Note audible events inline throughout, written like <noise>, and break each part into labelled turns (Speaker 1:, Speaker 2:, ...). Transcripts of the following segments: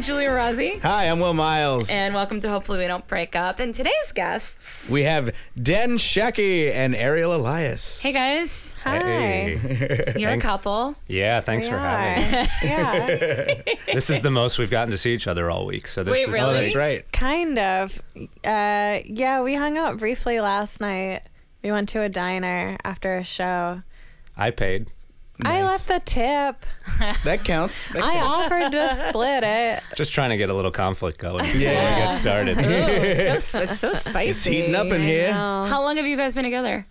Speaker 1: Julia Rossi,
Speaker 2: Hi, I'm Will Miles.
Speaker 1: and welcome to Hopefully We Don't Break Up. And today's guests.
Speaker 2: we have Den Shecky and Ariel Elias.
Speaker 1: Hey guys,
Speaker 3: Hi.
Speaker 1: you're
Speaker 3: Thanks.
Speaker 1: a couple.
Speaker 3: Yeah, thanks for having me.
Speaker 4: yeah,
Speaker 3: This <laughs> is the most we've gotten to see each other all week. So this
Speaker 1: Wait,
Speaker 3: is
Speaker 1: really?
Speaker 2: Oh, that's right.
Speaker 4: <laughs> kind of. Uh, yeah, we hung out briefly last night. We went to a diner after a show.
Speaker 3: I paid.
Speaker 4: I left the tip.
Speaker 2: That counts. That
Speaker 4: I
Speaker 2: counts.
Speaker 4: offered to split
Speaker 3: <laughs>
Speaker 4: it.
Speaker 3: Just trying to get a little conflict going before we get
Speaker 1: Ooh, <laughs>
Speaker 3: started.
Speaker 1: Oh, so, sp- it's so spicy.
Speaker 2: It's heating up in here.
Speaker 1: How long have you guys been together?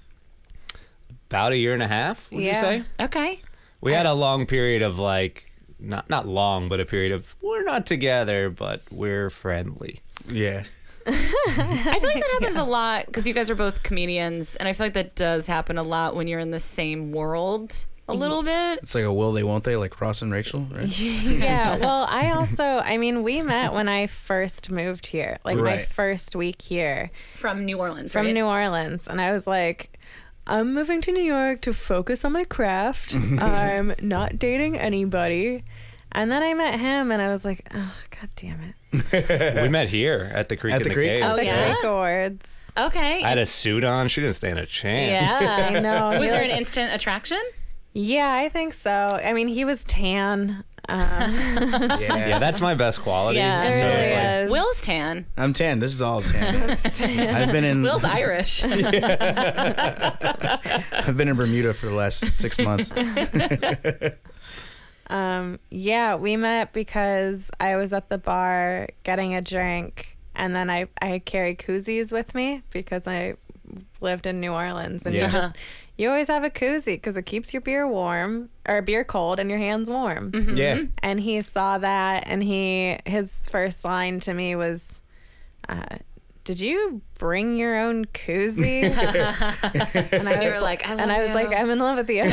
Speaker 3: About a year and a half, would
Speaker 4: Yeah.
Speaker 3: you say?
Speaker 1: Okay.
Speaker 3: We had a long period of like not not long, but a period of we're not together, but we're friendly.
Speaker 2: Yeah.
Speaker 1: I feel like that happens a lot because you guys are both comedians, and I feel like that does happen a lot when you're in the same world a little bit.
Speaker 2: It's like a will they, won't they, like Ross and Rachel, right?
Speaker 4: <laughs> Yeah. Well, I also, I mean, we met when I first moved here, like my
Speaker 2: Right.
Speaker 4: first week here
Speaker 1: From New Orleans,
Speaker 4: from
Speaker 1: right?
Speaker 4: New Orleans, and I was like. I'm moving to New York to focus on my craft. I'm not dating anybody. And then I met him and I was like, oh, god damn it.
Speaker 3: we met here at the Creek
Speaker 2: At
Speaker 3: in
Speaker 2: the
Speaker 3: the,
Speaker 2: Creek?
Speaker 3: Cave.
Speaker 1: Oh,
Speaker 4: the
Speaker 1: yeah?
Speaker 4: Creek Awards.
Speaker 1: Okay.
Speaker 3: I had a suit on. She didn't stand a chance.
Speaker 4: <laughs> I
Speaker 1: yeah.
Speaker 4: know.
Speaker 1: Uh. Was there an instant attraction?
Speaker 4: yeah, I think so. I mean, he was tan.
Speaker 1: <laughs>
Speaker 4: Um,
Speaker 2: Yeah.
Speaker 3: Yeah, that's my best quality.
Speaker 1: Yeah.
Speaker 3: So it's
Speaker 4: Really
Speaker 3: like,
Speaker 4: is.
Speaker 1: Will's tan.
Speaker 2: I'm tan. This is all tan. I've been in <laughs>
Speaker 1: Will's <laughs> Irish.
Speaker 2: I've been in Bermuda for the last six months.
Speaker 4: um, yeah, we met because I was at the bar getting a drink, and then I I carried koozies with me because I lived in New Orleans, and
Speaker 2: Yeah.
Speaker 4: you just you always have a koozie because it keeps your beer warm or beer cold and your hands warm.
Speaker 1: Mm-hmm.
Speaker 2: Yeah.
Speaker 4: and he saw that and he his first line to me was uh, did you bring your own koozie and i
Speaker 1: You
Speaker 4: was
Speaker 1: were like, I love
Speaker 4: and i was
Speaker 1: you.
Speaker 4: like i'm in love with you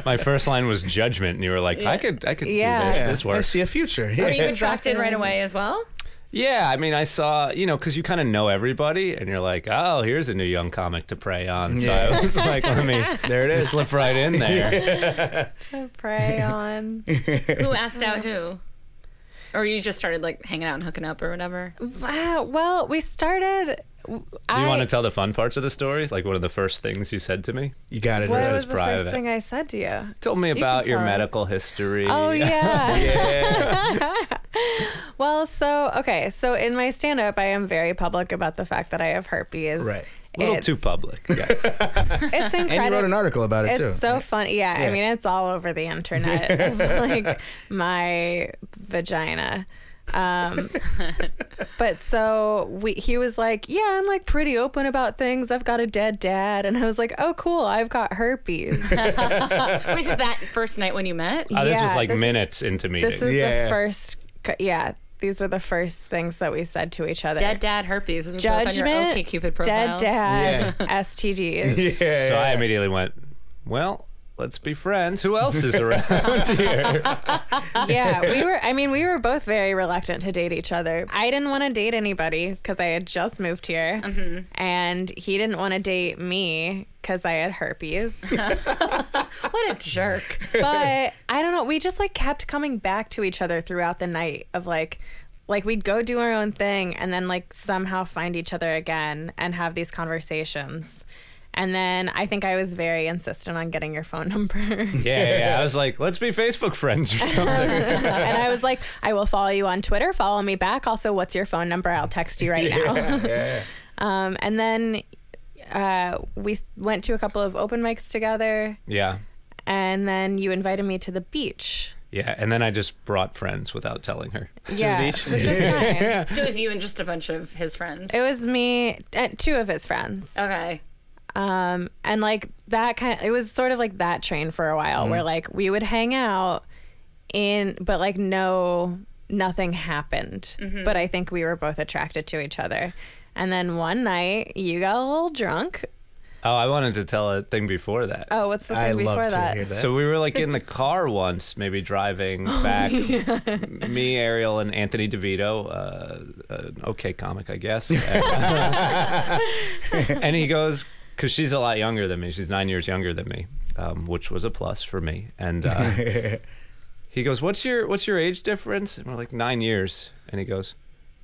Speaker 4: <laughs>
Speaker 3: my first line was judgment, and you were like, "I could, I could
Speaker 4: Yeah.
Speaker 3: do this.
Speaker 2: Yeah.
Speaker 3: This
Speaker 2: I
Speaker 3: works."
Speaker 2: see a future.
Speaker 1: Were you <laughs>
Speaker 2: Yeah.
Speaker 1: attracted right away as well?
Speaker 3: Yeah, I mean, I saw, you know, because you kind of know everybody, and you're like, oh, here's a new young comic to prey on. So I was like, let me
Speaker 2: There it is.
Speaker 3: slip right in there.
Speaker 4: to prey on
Speaker 1: Who asked out who? Or you just started like hanging out and hooking up or
Speaker 4: <laughs>
Speaker 1: whatever?
Speaker 4: wow well we started
Speaker 3: Do you
Speaker 4: I,
Speaker 3: want to tell the fun parts of the story? Like one of the first things you said to me?
Speaker 2: You got it.
Speaker 4: what
Speaker 3: this
Speaker 2: Right.
Speaker 3: is
Speaker 4: was the
Speaker 3: private.
Speaker 4: first thing i said to you
Speaker 3: Tell me
Speaker 4: can
Speaker 3: about your
Speaker 4: tell.
Speaker 3: medical history. <laughs>
Speaker 4: oh yeah <laughs>
Speaker 3: Yeah.
Speaker 4: well so okay so in my stand-up i am very public about the fact that i have herpes
Speaker 2: Right.
Speaker 3: A little
Speaker 4: It's-
Speaker 3: too
Speaker 4: <laughs>
Speaker 3: public, Uh, guys.
Speaker 4: it's
Speaker 2: And you
Speaker 4: incredible
Speaker 2: wrote an article about it too.
Speaker 4: It's so funny. Yeah,
Speaker 2: Yeah.
Speaker 4: I mean, it's all over the internet.
Speaker 2: <laughs>
Speaker 4: <laughs> of, like my vagina.
Speaker 2: <laughs>
Speaker 4: Um, but so we, he was like, "Yeah, I'm like pretty open about things. I've got a dead dad," and I was like, "Oh, cool. I've got herpes."
Speaker 1: Which is that first night when you met?
Speaker 3: Oh, this was
Speaker 4: Yeah,
Speaker 3: like
Speaker 4: this is-
Speaker 3: minutes into meeting.
Speaker 4: this was
Speaker 2: Yeah.
Speaker 4: the first. c- Yeah, these were the first things that we said to each other.
Speaker 1: Dead dad herpes. Those were both on your
Speaker 4: Judgment.
Speaker 1: OK Cupid
Speaker 4: dead
Speaker 1: profiles.
Speaker 4: dad.
Speaker 2: <laughs>
Speaker 4: STDs.
Speaker 2: yeah.
Speaker 3: so I immediately went, well, let's be friends. Who else
Speaker 4: <laughs>
Speaker 3: is around here?
Speaker 4: yeah, we were. I mean, we were both very reluctant to date each other. I didn't want to date anybody because I had just moved here, and he didn't want to date me because I had herpes.
Speaker 1: <laughs> What a
Speaker 4: <laughs>
Speaker 1: jerk.
Speaker 4: but I don't know. We just like kept coming back to each other throughout the night of like. Like we'd go do our own thing and then like somehow find each other again and have these conversations. And then I think I was very insistent on getting your phone <laughs> number.
Speaker 3: Yeah, yeah, yeah. I was like, let's be Facebook friends or
Speaker 4: <laughs>
Speaker 3: something.
Speaker 4: and I was like, I will follow you on Twitter. Follow me back. Also, what's your phone number? I'll text you right now. <laughs> um, and then uh, we s- went to a couple of open mics together,
Speaker 3: Yeah.
Speaker 4: and then you invited me to the beach.
Speaker 3: Yeah, and then I just brought friends without telling her.
Speaker 4: yeah,
Speaker 2: beach?
Speaker 4: which was fine.
Speaker 1: So it was you and just a bunch of his friends.
Speaker 4: It was me, uh, two of his friends,
Speaker 1: Okay.
Speaker 4: um, and like that kind. it was sort of like that train for a while,
Speaker 2: Mm-hmm.
Speaker 4: where like we would hang out in, but like no, nothing happened. But I think we were both attracted to each other. And then one night, you got a little drunk.
Speaker 3: Oh, I wanted to tell a thing before that.
Speaker 4: Oh, what's the thing
Speaker 2: I love
Speaker 4: before
Speaker 2: to
Speaker 4: that?
Speaker 2: hear that.
Speaker 3: So we were like in the car once, maybe driving back. M- Me, Ariel, and Anthony DeVito, uh, an okay comic, I guess. and he goes, because she's a lot younger than me. She's nine years younger than me, um, which was a plus for me. And uh, he goes, "What's your what's your age difference?" And we're like, nine years." And he goes,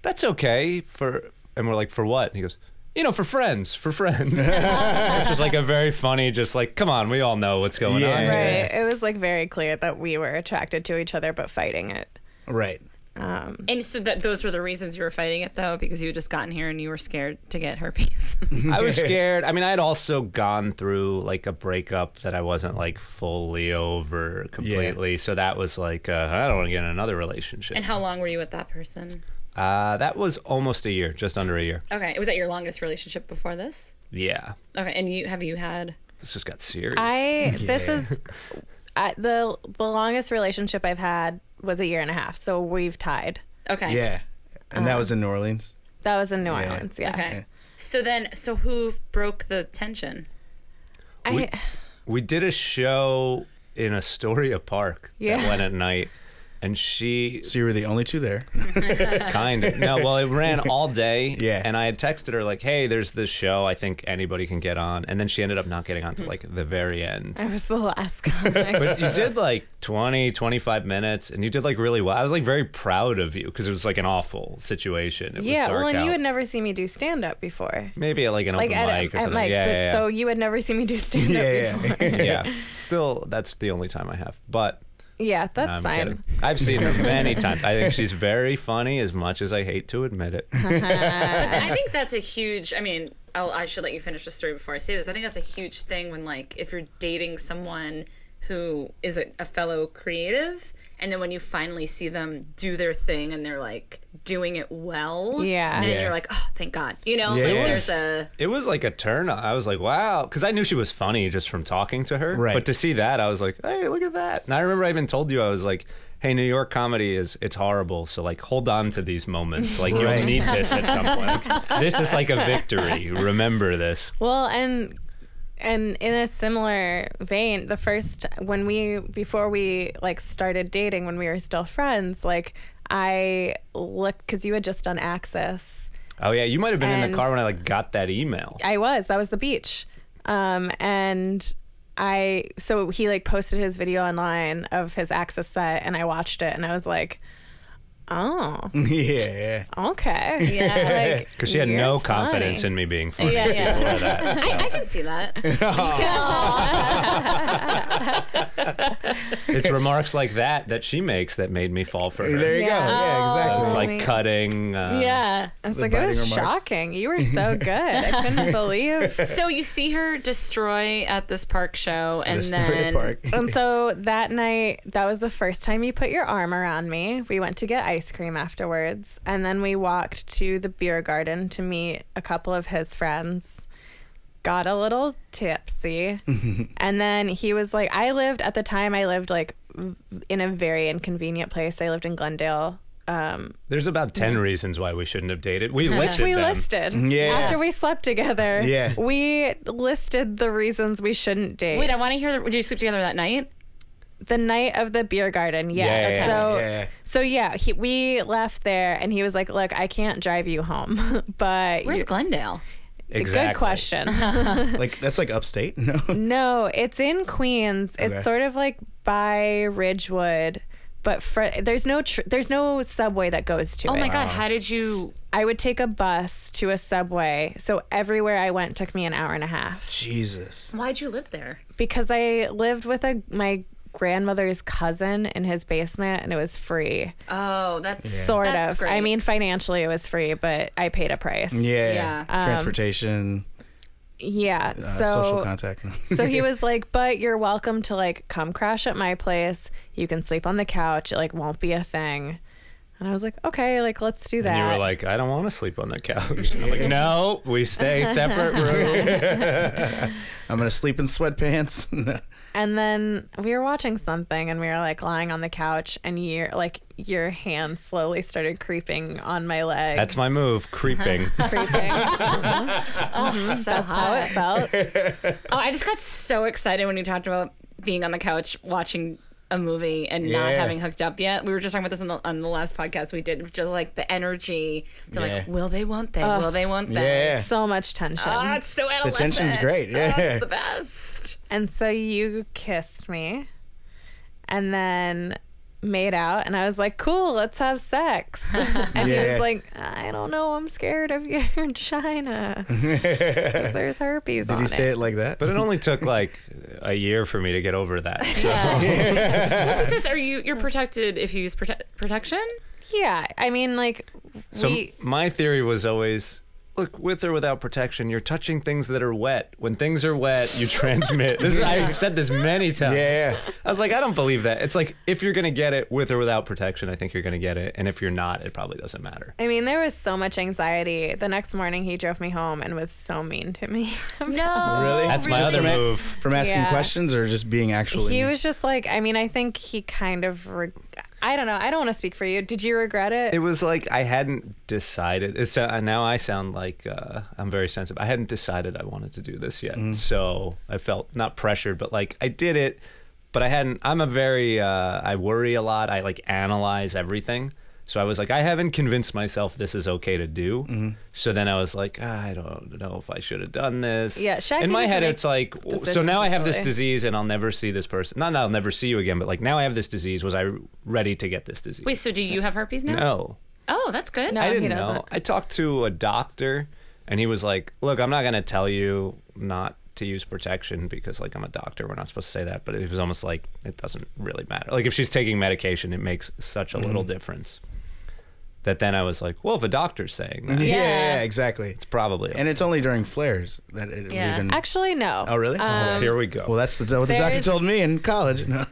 Speaker 3: "That's okay for." And we're like, "For what?" And he goes, "You know, for friends, for friends." Which is like a very funny, just like, "Come on, we all know what's going on."
Speaker 2: Yeah.
Speaker 4: Right. It was like very clear that we were attracted to each other, but fighting it.
Speaker 2: <laughs> Right.
Speaker 4: Um,
Speaker 1: And so that those were the reasons you were fighting it, though, because you had just gotten here and you were scared to get
Speaker 4: <laughs>
Speaker 1: herpes.
Speaker 3: I was scared. I mean, I had also gone through like a breakup that I wasn't like fully over completely. So that was like, uh, I don't want to get in another relationship.
Speaker 1: and how long were you with that person?
Speaker 3: Uh, that was almost a year, just under a year.
Speaker 1: Okay, was that your longest relationship before this?
Speaker 3: Yeah.
Speaker 1: Okay, and you have you had?
Speaker 3: This just got serious.
Speaker 4: I this is I, the the longest relationship I've had was a year and a half, so we've tied.
Speaker 1: Okay,
Speaker 2: Yeah. And that was in New Orleans.
Speaker 4: That was in New Orleans. Yeah.
Speaker 1: Okay. So then, so who broke the tension?
Speaker 4: I,
Speaker 3: We- We did a show in Astoria Park
Speaker 4: Yeah.
Speaker 3: that went at night. And she
Speaker 2: So you were the only two there.
Speaker 3: kind of no well it
Speaker 4: <laughs>
Speaker 3: ran all day
Speaker 2: Yeah.
Speaker 3: and i had texted her like hey there's this show i think anybody can get on and then she ended up not getting on to like the very end
Speaker 4: <laughs> I was the
Speaker 3: <laughs>
Speaker 4: last comic.
Speaker 3: But you did like 20, 25 minutes, and you did like really well. I was like very proud of you because it was like an awful situation. It was
Speaker 4: yeah,
Speaker 3: dark
Speaker 4: well, and
Speaker 3: out.
Speaker 4: you had never seen me do stand up before.
Speaker 3: maybe at like an
Speaker 4: Like
Speaker 3: open
Speaker 4: at,
Speaker 3: mic or
Speaker 4: at
Speaker 3: something.
Speaker 4: mics,
Speaker 3: yeah,
Speaker 4: but
Speaker 3: yeah, yeah.
Speaker 4: so you had never seen me
Speaker 3: <laughs>
Speaker 4: do stand up
Speaker 2: Yeah, yeah.
Speaker 4: before. <laughs> Yeah,
Speaker 3: yeah. Still, that's the only time I have. But no,
Speaker 4: that's
Speaker 3: I'm
Speaker 4: fine.
Speaker 3: kidding. I've
Speaker 4: <laughs>
Speaker 3: seen her many times. I think she's very funny, as much as I hate to admit it.
Speaker 1: But th- I think that's a huge. I mean, I'll, I should let you finish the story before I say this. I think that's a huge thing when, like, if you're dating someone who is a, a fellow creative, and then when you finally see them do their thing and they're like doing it well,
Speaker 4: Yeah.
Speaker 1: then
Speaker 3: Yeah.
Speaker 1: you're like, oh, thank God, you know,
Speaker 2: Yeah.
Speaker 1: like
Speaker 2: It
Speaker 1: there's
Speaker 2: was-
Speaker 1: a.
Speaker 3: It was like a turn. on. I was like, wow, because I knew she was funny just from talking to her.
Speaker 2: Right.
Speaker 3: But to see that, I was like, hey, look at that. And I remember I even told you I was like, hey, New York comedy is it's horrible. So like, hold on to these moments. Like
Speaker 2: Right.
Speaker 3: you'll need this at some
Speaker 4: <laughs>
Speaker 3: point. this is like a victory. Remember this.
Speaker 4: Well, and and in a similar vein, the first when we before we like started dating when we were still friends, like I looked because you had just done Access.
Speaker 3: Oh yeah, you might have been in
Speaker 4: And-
Speaker 3: the car when I like got that email.
Speaker 4: I was that was the beach, um, and I so he like posted his video online of his Access set, and I watched it, and I was like, oh,
Speaker 2: Mm. yeah. <laughs>
Speaker 4: okay,
Speaker 1: Yeah, like,
Speaker 3: Because she had
Speaker 4: You're
Speaker 3: no
Speaker 4: funny. <laughs>
Speaker 3: confidence in me being funny.
Speaker 1: Yeah, yeah.
Speaker 3: before that.
Speaker 1: <laughs> I, I can see that.
Speaker 3: It's remarks like that that she makes that made me fall for her.
Speaker 2: There you
Speaker 4: Yeah.
Speaker 2: go. Yeah,
Speaker 3: It's
Speaker 2: exactly.
Speaker 3: like cutting. Uh,
Speaker 1: <laughs> yeah.
Speaker 4: I was
Speaker 2: The
Speaker 4: like, it was
Speaker 2: biting remarks.
Speaker 4: shocking. You were so good. I couldn't believe
Speaker 1: So you see her destroy at this park show, and
Speaker 2: Astoria
Speaker 1: then
Speaker 2: Park.
Speaker 4: And so that night, that was the first time you put your arm around me. We went to get ice cream afterwards, and then we walked to the beer garden to meet a couple of his friends. Got a little
Speaker 2: <laughs>
Speaker 4: tipsy, and then he was like, "I lived at the time. I lived like v- in a very inconvenient place. I lived in Glendale." Um,
Speaker 3: There's about 10 reasons why we shouldn't have dated. We listed
Speaker 4: we
Speaker 3: them.
Speaker 4: listed
Speaker 2: Yeah.
Speaker 4: after we slept together.
Speaker 2: Yeah.
Speaker 4: we listed the reasons we shouldn't date.
Speaker 1: wait, I want to hear. The, did you sleep together that night?
Speaker 4: the night of the beer garden. Yeah.
Speaker 3: Yeah, yeah,
Speaker 4: so
Speaker 2: yeah. Yeah.
Speaker 4: so yeah, he, we left there and he was like, "Look, I can't drive you home, <laughs> but
Speaker 1: Where's
Speaker 4: you-
Speaker 1: Glendale?
Speaker 3: Exactly.
Speaker 4: good question.
Speaker 1: <laughs>
Speaker 2: like that's like upstate. <laughs> No.
Speaker 4: no, it's in Queens.
Speaker 2: Okay.
Speaker 4: It's sort of like by Ridgewood, but fr there's no tr- there's no subway that goes to
Speaker 1: Oh
Speaker 4: it.
Speaker 1: my God, how did you?
Speaker 4: I would take a bus to a subway, so everywhere I went took me an hour and a half
Speaker 2: Jesus.
Speaker 1: Why'd you live there?
Speaker 4: because I lived with a my grandmother's cousin in his basement and it was free.
Speaker 1: Oh, that's
Speaker 4: Sort
Speaker 1: that's
Speaker 4: of.
Speaker 1: Great.
Speaker 4: I mean, financially it was free, but I paid a price.
Speaker 1: Yeah.
Speaker 2: Yeah. Transportation,
Speaker 4: Yeah.
Speaker 2: uh, social
Speaker 4: so
Speaker 2: contact.
Speaker 4: <laughs>
Speaker 2: <laughs>
Speaker 4: so
Speaker 3: <laughs>
Speaker 4: he was like, "But you're welcome to like come crash at my place. You can sleep on the couch. It like won't be a thing." And I was like, "Okay, like let's do that."
Speaker 3: And you were like, I don't want to sleep on the
Speaker 2: <laughs>
Speaker 3: couch. And I'm like, no,
Speaker 4: <laughs>
Speaker 3: we stay separate rooms.
Speaker 2: I'm gonna sleep in sweatpants. <laughs> No.
Speaker 4: and then we were watching something and we were like lying on the couch and your like your hand slowly started creeping on my leg.
Speaker 3: That's my move,
Speaker 4: <laughs>
Speaker 3: creeping.
Speaker 4: creeping.
Speaker 1: <laughs> oh, so
Speaker 4: That's how <laughs> it felt.
Speaker 1: Oh, I just got so excited when you talked about being on the couch watching a movie and not
Speaker 2: Yeah.
Speaker 1: having hooked up yet. We were just talking about this on the, on the last podcast we did, just like the energy. They're like,
Speaker 2: Yeah.
Speaker 1: will they, won't they? will they, won't they?
Speaker 2: Yeah.
Speaker 4: So much tension.
Speaker 1: Oh, it's so adolescent.
Speaker 2: tension's great,
Speaker 1: Oh, it's
Speaker 2: yeah.
Speaker 1: the best.
Speaker 4: And so you kissed me. And then made out and I was like, "Cool, let's have sex." <laughs> and he
Speaker 2: Yeah.
Speaker 4: was like, "I don't know, I'm scared of <laughs> your
Speaker 2: <laughs>
Speaker 4: vagina. 'Cause there's herpes
Speaker 2: Did
Speaker 4: on
Speaker 2: he
Speaker 4: it."
Speaker 2: say it like that?
Speaker 3: But it only took like a year for me to get over that.
Speaker 4: <laughs>
Speaker 3: So
Speaker 5: Because are you you're protected if you use prote- protection?
Speaker 4: yeah, I mean like
Speaker 3: So
Speaker 4: we
Speaker 3: my theory was always look with or without protection you're touching things that are wet when things are wet you transmit
Speaker 2: <laughs>
Speaker 3: this is, i said this many times
Speaker 2: Yeah.
Speaker 3: i was like i don't believe that it's like if you're gonna get it with or without protection i think you're gonna get it and if you're not it probably doesn't matter
Speaker 4: I mean, there was so much anxiety. The next morning, he drove me home and was so mean to me. <laughs>
Speaker 5: No.
Speaker 2: Really?
Speaker 3: that's my other
Speaker 2: From a-
Speaker 3: move
Speaker 2: From asking
Speaker 4: Yeah.
Speaker 2: questions or just being actually.
Speaker 4: he was just like, I mean, I think he kind of, reg- I don't know. I don't want to speak for you. Did you regret it?
Speaker 3: it was like i hadn't decided it's uh, now i sound like uh, i'm very sensitive i hadn't decided i wanted to do this yet so i felt not pressured but like i did it but i hadn't i'm a very uh, i worry a lot i like analyze everything so i was like i haven't convinced myself this is okay to do so then i was like "Ah, i don't know if i should have done this
Speaker 4: Yeah, Shaq
Speaker 3: in my
Speaker 4: doesn't
Speaker 3: head
Speaker 4: make
Speaker 3: it's like w- so
Speaker 4: decisions
Speaker 3: now i have this
Speaker 4: easily.
Speaker 3: disease and i'll never see this person not not i'll never see you again but like now i have this disease was i ready to get this disease
Speaker 5: Wait, so do you have herpes now?
Speaker 3: no
Speaker 5: Oh, that's good.
Speaker 4: No.
Speaker 3: I didn't
Speaker 4: he doesn't.
Speaker 3: know. I talked to a doctor, and he was like, "Look, I'm not going to tell you not to use protection because, like, I'm a doctor. We're not supposed to say that." But it was almost like it doesn't really matter. Like, if she's taking medication, it makes such a little
Speaker 2: Mm-hmm.
Speaker 3: difference. That then I was like, "Well, if a doctor's saying that,
Speaker 2: <laughs> yeah.
Speaker 4: Yeah.
Speaker 2: exactly.
Speaker 3: it's probably."
Speaker 2: And it's only during flares that it
Speaker 5: Yeah.
Speaker 2: even.
Speaker 4: Actually, no.
Speaker 2: oh, really?
Speaker 3: here we go.
Speaker 2: well, that's the, what the doctor
Speaker 4: There's-
Speaker 2: told me in college. <laughs> No.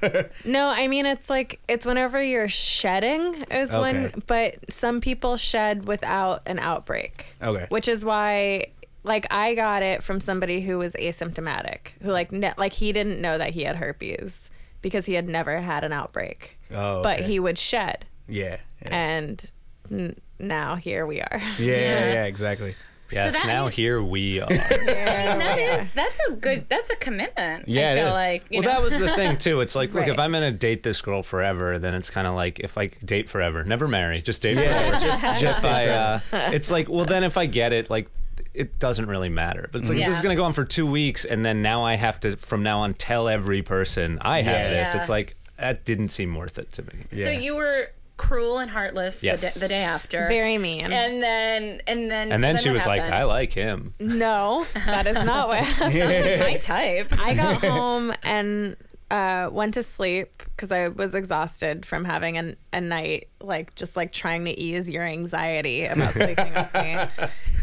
Speaker 4: No, I mean, it's like, it's whenever you're shedding, is when,
Speaker 2: Okay.
Speaker 4: but some people shed without an outbreak.
Speaker 2: Okay.
Speaker 4: Which is why. Like I got it from somebody who was asymptomatic, who like ne- like he didn't know that he had herpes because he had never had an outbreak.
Speaker 2: Oh,
Speaker 4: But
Speaker 2: okay.
Speaker 4: he would shed.
Speaker 2: yeah. Yeah.
Speaker 4: and n- now here we are.
Speaker 2: Yeah, yeah, yeah, exactly.
Speaker 3: yeah,
Speaker 5: so
Speaker 3: it's
Speaker 5: that-
Speaker 3: now here we are.
Speaker 1: That is that's a good that's a commitment. I
Speaker 2: Yeah, it
Speaker 1: feel
Speaker 2: is.
Speaker 1: like you
Speaker 3: well,
Speaker 1: know.
Speaker 3: that was the thing
Speaker 1: <laughs>
Speaker 3: too. It's like, look, if
Speaker 4: Right.
Speaker 3: I'm gonna date this girl forever, then it's kind of like if I date forever, never marry, just date forever.
Speaker 2: Yeah, just, just
Speaker 3: <laughs> if I, uh, it's like, well, then if I get it, like, it doesn't really matter. But it's like
Speaker 1: Mhm.
Speaker 3: this is
Speaker 1: Yeah.
Speaker 3: gonna go on for two weeks, and then now I have to, from now on, tell every person I have
Speaker 1: Yeah.
Speaker 3: this.
Speaker 1: Yeah.
Speaker 3: It's like that didn't seem worth it to me.
Speaker 1: So
Speaker 2: Yeah.
Speaker 1: you were cruel and heartless
Speaker 3: Yes.
Speaker 1: the, da- the day after.
Speaker 4: Very mean.
Speaker 1: And then and then
Speaker 3: And then
Speaker 1: so
Speaker 3: she was
Speaker 1: what
Speaker 3: like, "I
Speaker 1: happened? <laughs>
Speaker 3: like him."
Speaker 4: no, that is not
Speaker 2: <laughs>
Speaker 4: what happened.
Speaker 3: <laughs>
Speaker 1: my type."
Speaker 4: I got home and uh, went to sleep because I was exhausted from having an, a night like just like trying to ease your anxiety about sleeping with me.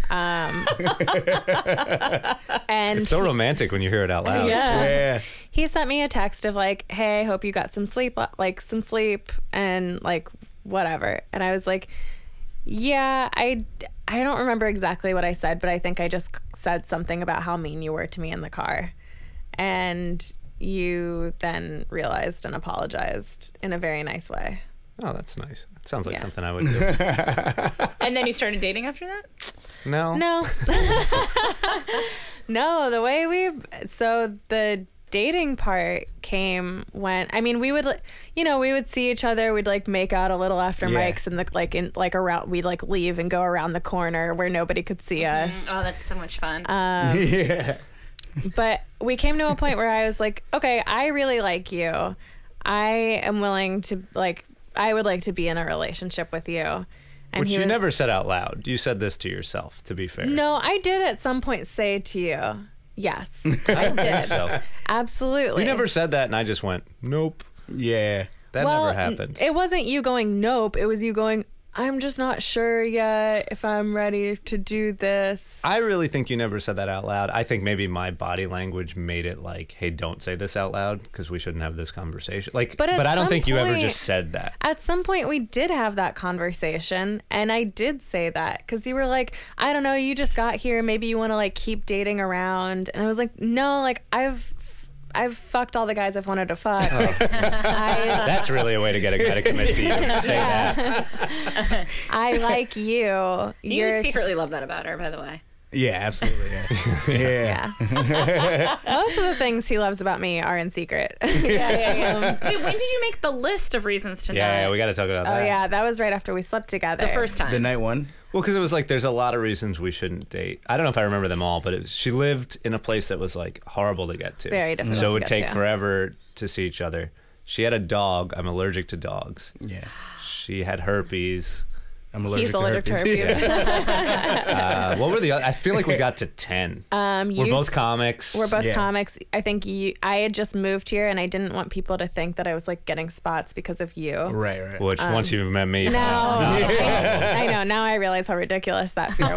Speaker 4: Um, and
Speaker 3: It's so romantic when you hear it out loud.
Speaker 2: Yeah.
Speaker 4: he sent me a text of like, "Hey, hope you got some sleep, like some sleep and like whatever." And I was like, "Yeah, I I don't remember exactly what I said, but I think I just said something about how mean you were to me in the car." And you then realized and apologized in a very nice way.
Speaker 3: Oh, that's nice. That sounds like
Speaker 4: Yeah.
Speaker 3: something I would
Speaker 1: <laughs>
Speaker 3: do.
Speaker 1: and then you started dating after that?
Speaker 3: No.
Speaker 4: No.
Speaker 3: <laughs>
Speaker 4: no, the way we so the dating part came when I mean we would li- you know we would see each other we'd like make out a little after
Speaker 2: Yeah.
Speaker 4: mics and the, like in like around we'd like leave and go around the corner where nobody could see
Speaker 3: Mm-hmm.
Speaker 4: us
Speaker 1: <laughs> Oh, that's so much fun.
Speaker 2: yeah.
Speaker 4: but we came to a point where I was like okay I really like you I am willing to like I would like to be in a relationship with you and
Speaker 3: Which
Speaker 4: he
Speaker 3: you
Speaker 4: was-
Speaker 3: never said out loud. You said this to yourself. To be fair.
Speaker 4: No, I did at some point say to you
Speaker 3: <laughs>
Speaker 4: yes I did
Speaker 3: So
Speaker 4: Absolutely.
Speaker 3: you never said that, and I just went, "Nope."
Speaker 2: Yeah.
Speaker 3: That
Speaker 4: well,
Speaker 3: never happened.
Speaker 4: It wasn't you going nope. It was you going. I'm just not sure yet if I'm ready to do this.
Speaker 3: I really think you never said that out loud. I think maybe my body language made it like, "Hey, don't say this out loud because we shouldn't have this conversation." Like,
Speaker 4: But
Speaker 3: but,
Speaker 4: at
Speaker 3: I don't
Speaker 4: some
Speaker 3: think you ever
Speaker 4: point-
Speaker 3: just said that.
Speaker 4: At some point, we did have that conversation, and I did say that because you were like, I don't know, you just got here. Maybe you want to like keep dating around. And I was like, no, like I've. I've fucked all the guys I've wanted to
Speaker 3: <laughs>
Speaker 4: fuck. Like, I,
Speaker 3: That's really a way to get a
Speaker 4: <laughs>
Speaker 3: guy to commit to you. Say that.
Speaker 4: I like you.
Speaker 1: you
Speaker 4: You're-
Speaker 1: secretly love that about her, by the <laughs> way.
Speaker 2: Yeah, absolutely.
Speaker 3: <laughs>
Speaker 2: Yeah. yeah.
Speaker 4: <laughs> most of the things he loves about me are in secret. <laughs>
Speaker 1: Wait, when did you make the list of reasons to
Speaker 3: Yeah, yeah,
Speaker 1: not?
Speaker 3: we got to talk about
Speaker 4: Oh
Speaker 3: that.
Speaker 4: yeah, that was right after we slept together.
Speaker 1: the first time.
Speaker 2: The night one.
Speaker 3: Well, because it was like there's a lot of reasons we shouldn't date. I don't know if I remember them all, but it was, she lived in a place that was like horrible to get to.
Speaker 4: Very difficult
Speaker 3: So it
Speaker 4: to
Speaker 3: would
Speaker 4: get
Speaker 3: take
Speaker 4: to.
Speaker 3: forever to see each other. She had a dog. I'm allergic to dogs.
Speaker 2: Yeah.
Speaker 3: She had herpes.
Speaker 2: I'm
Speaker 4: He's allergic to herpes. <laughs>
Speaker 3: Uh, what were the? Other? I feel like we got to ten.
Speaker 4: Um,
Speaker 3: we're
Speaker 4: you-
Speaker 3: both comics.
Speaker 4: We're both
Speaker 2: Yeah.
Speaker 4: comics. I think you. I had just moved here, and I didn't want people to think that I was like getting spots because of you.
Speaker 2: Right, right.
Speaker 3: Which
Speaker 4: um,
Speaker 3: once you've met me, <laughs>
Speaker 4: No, I, I know. Now I realize how ridiculous that fear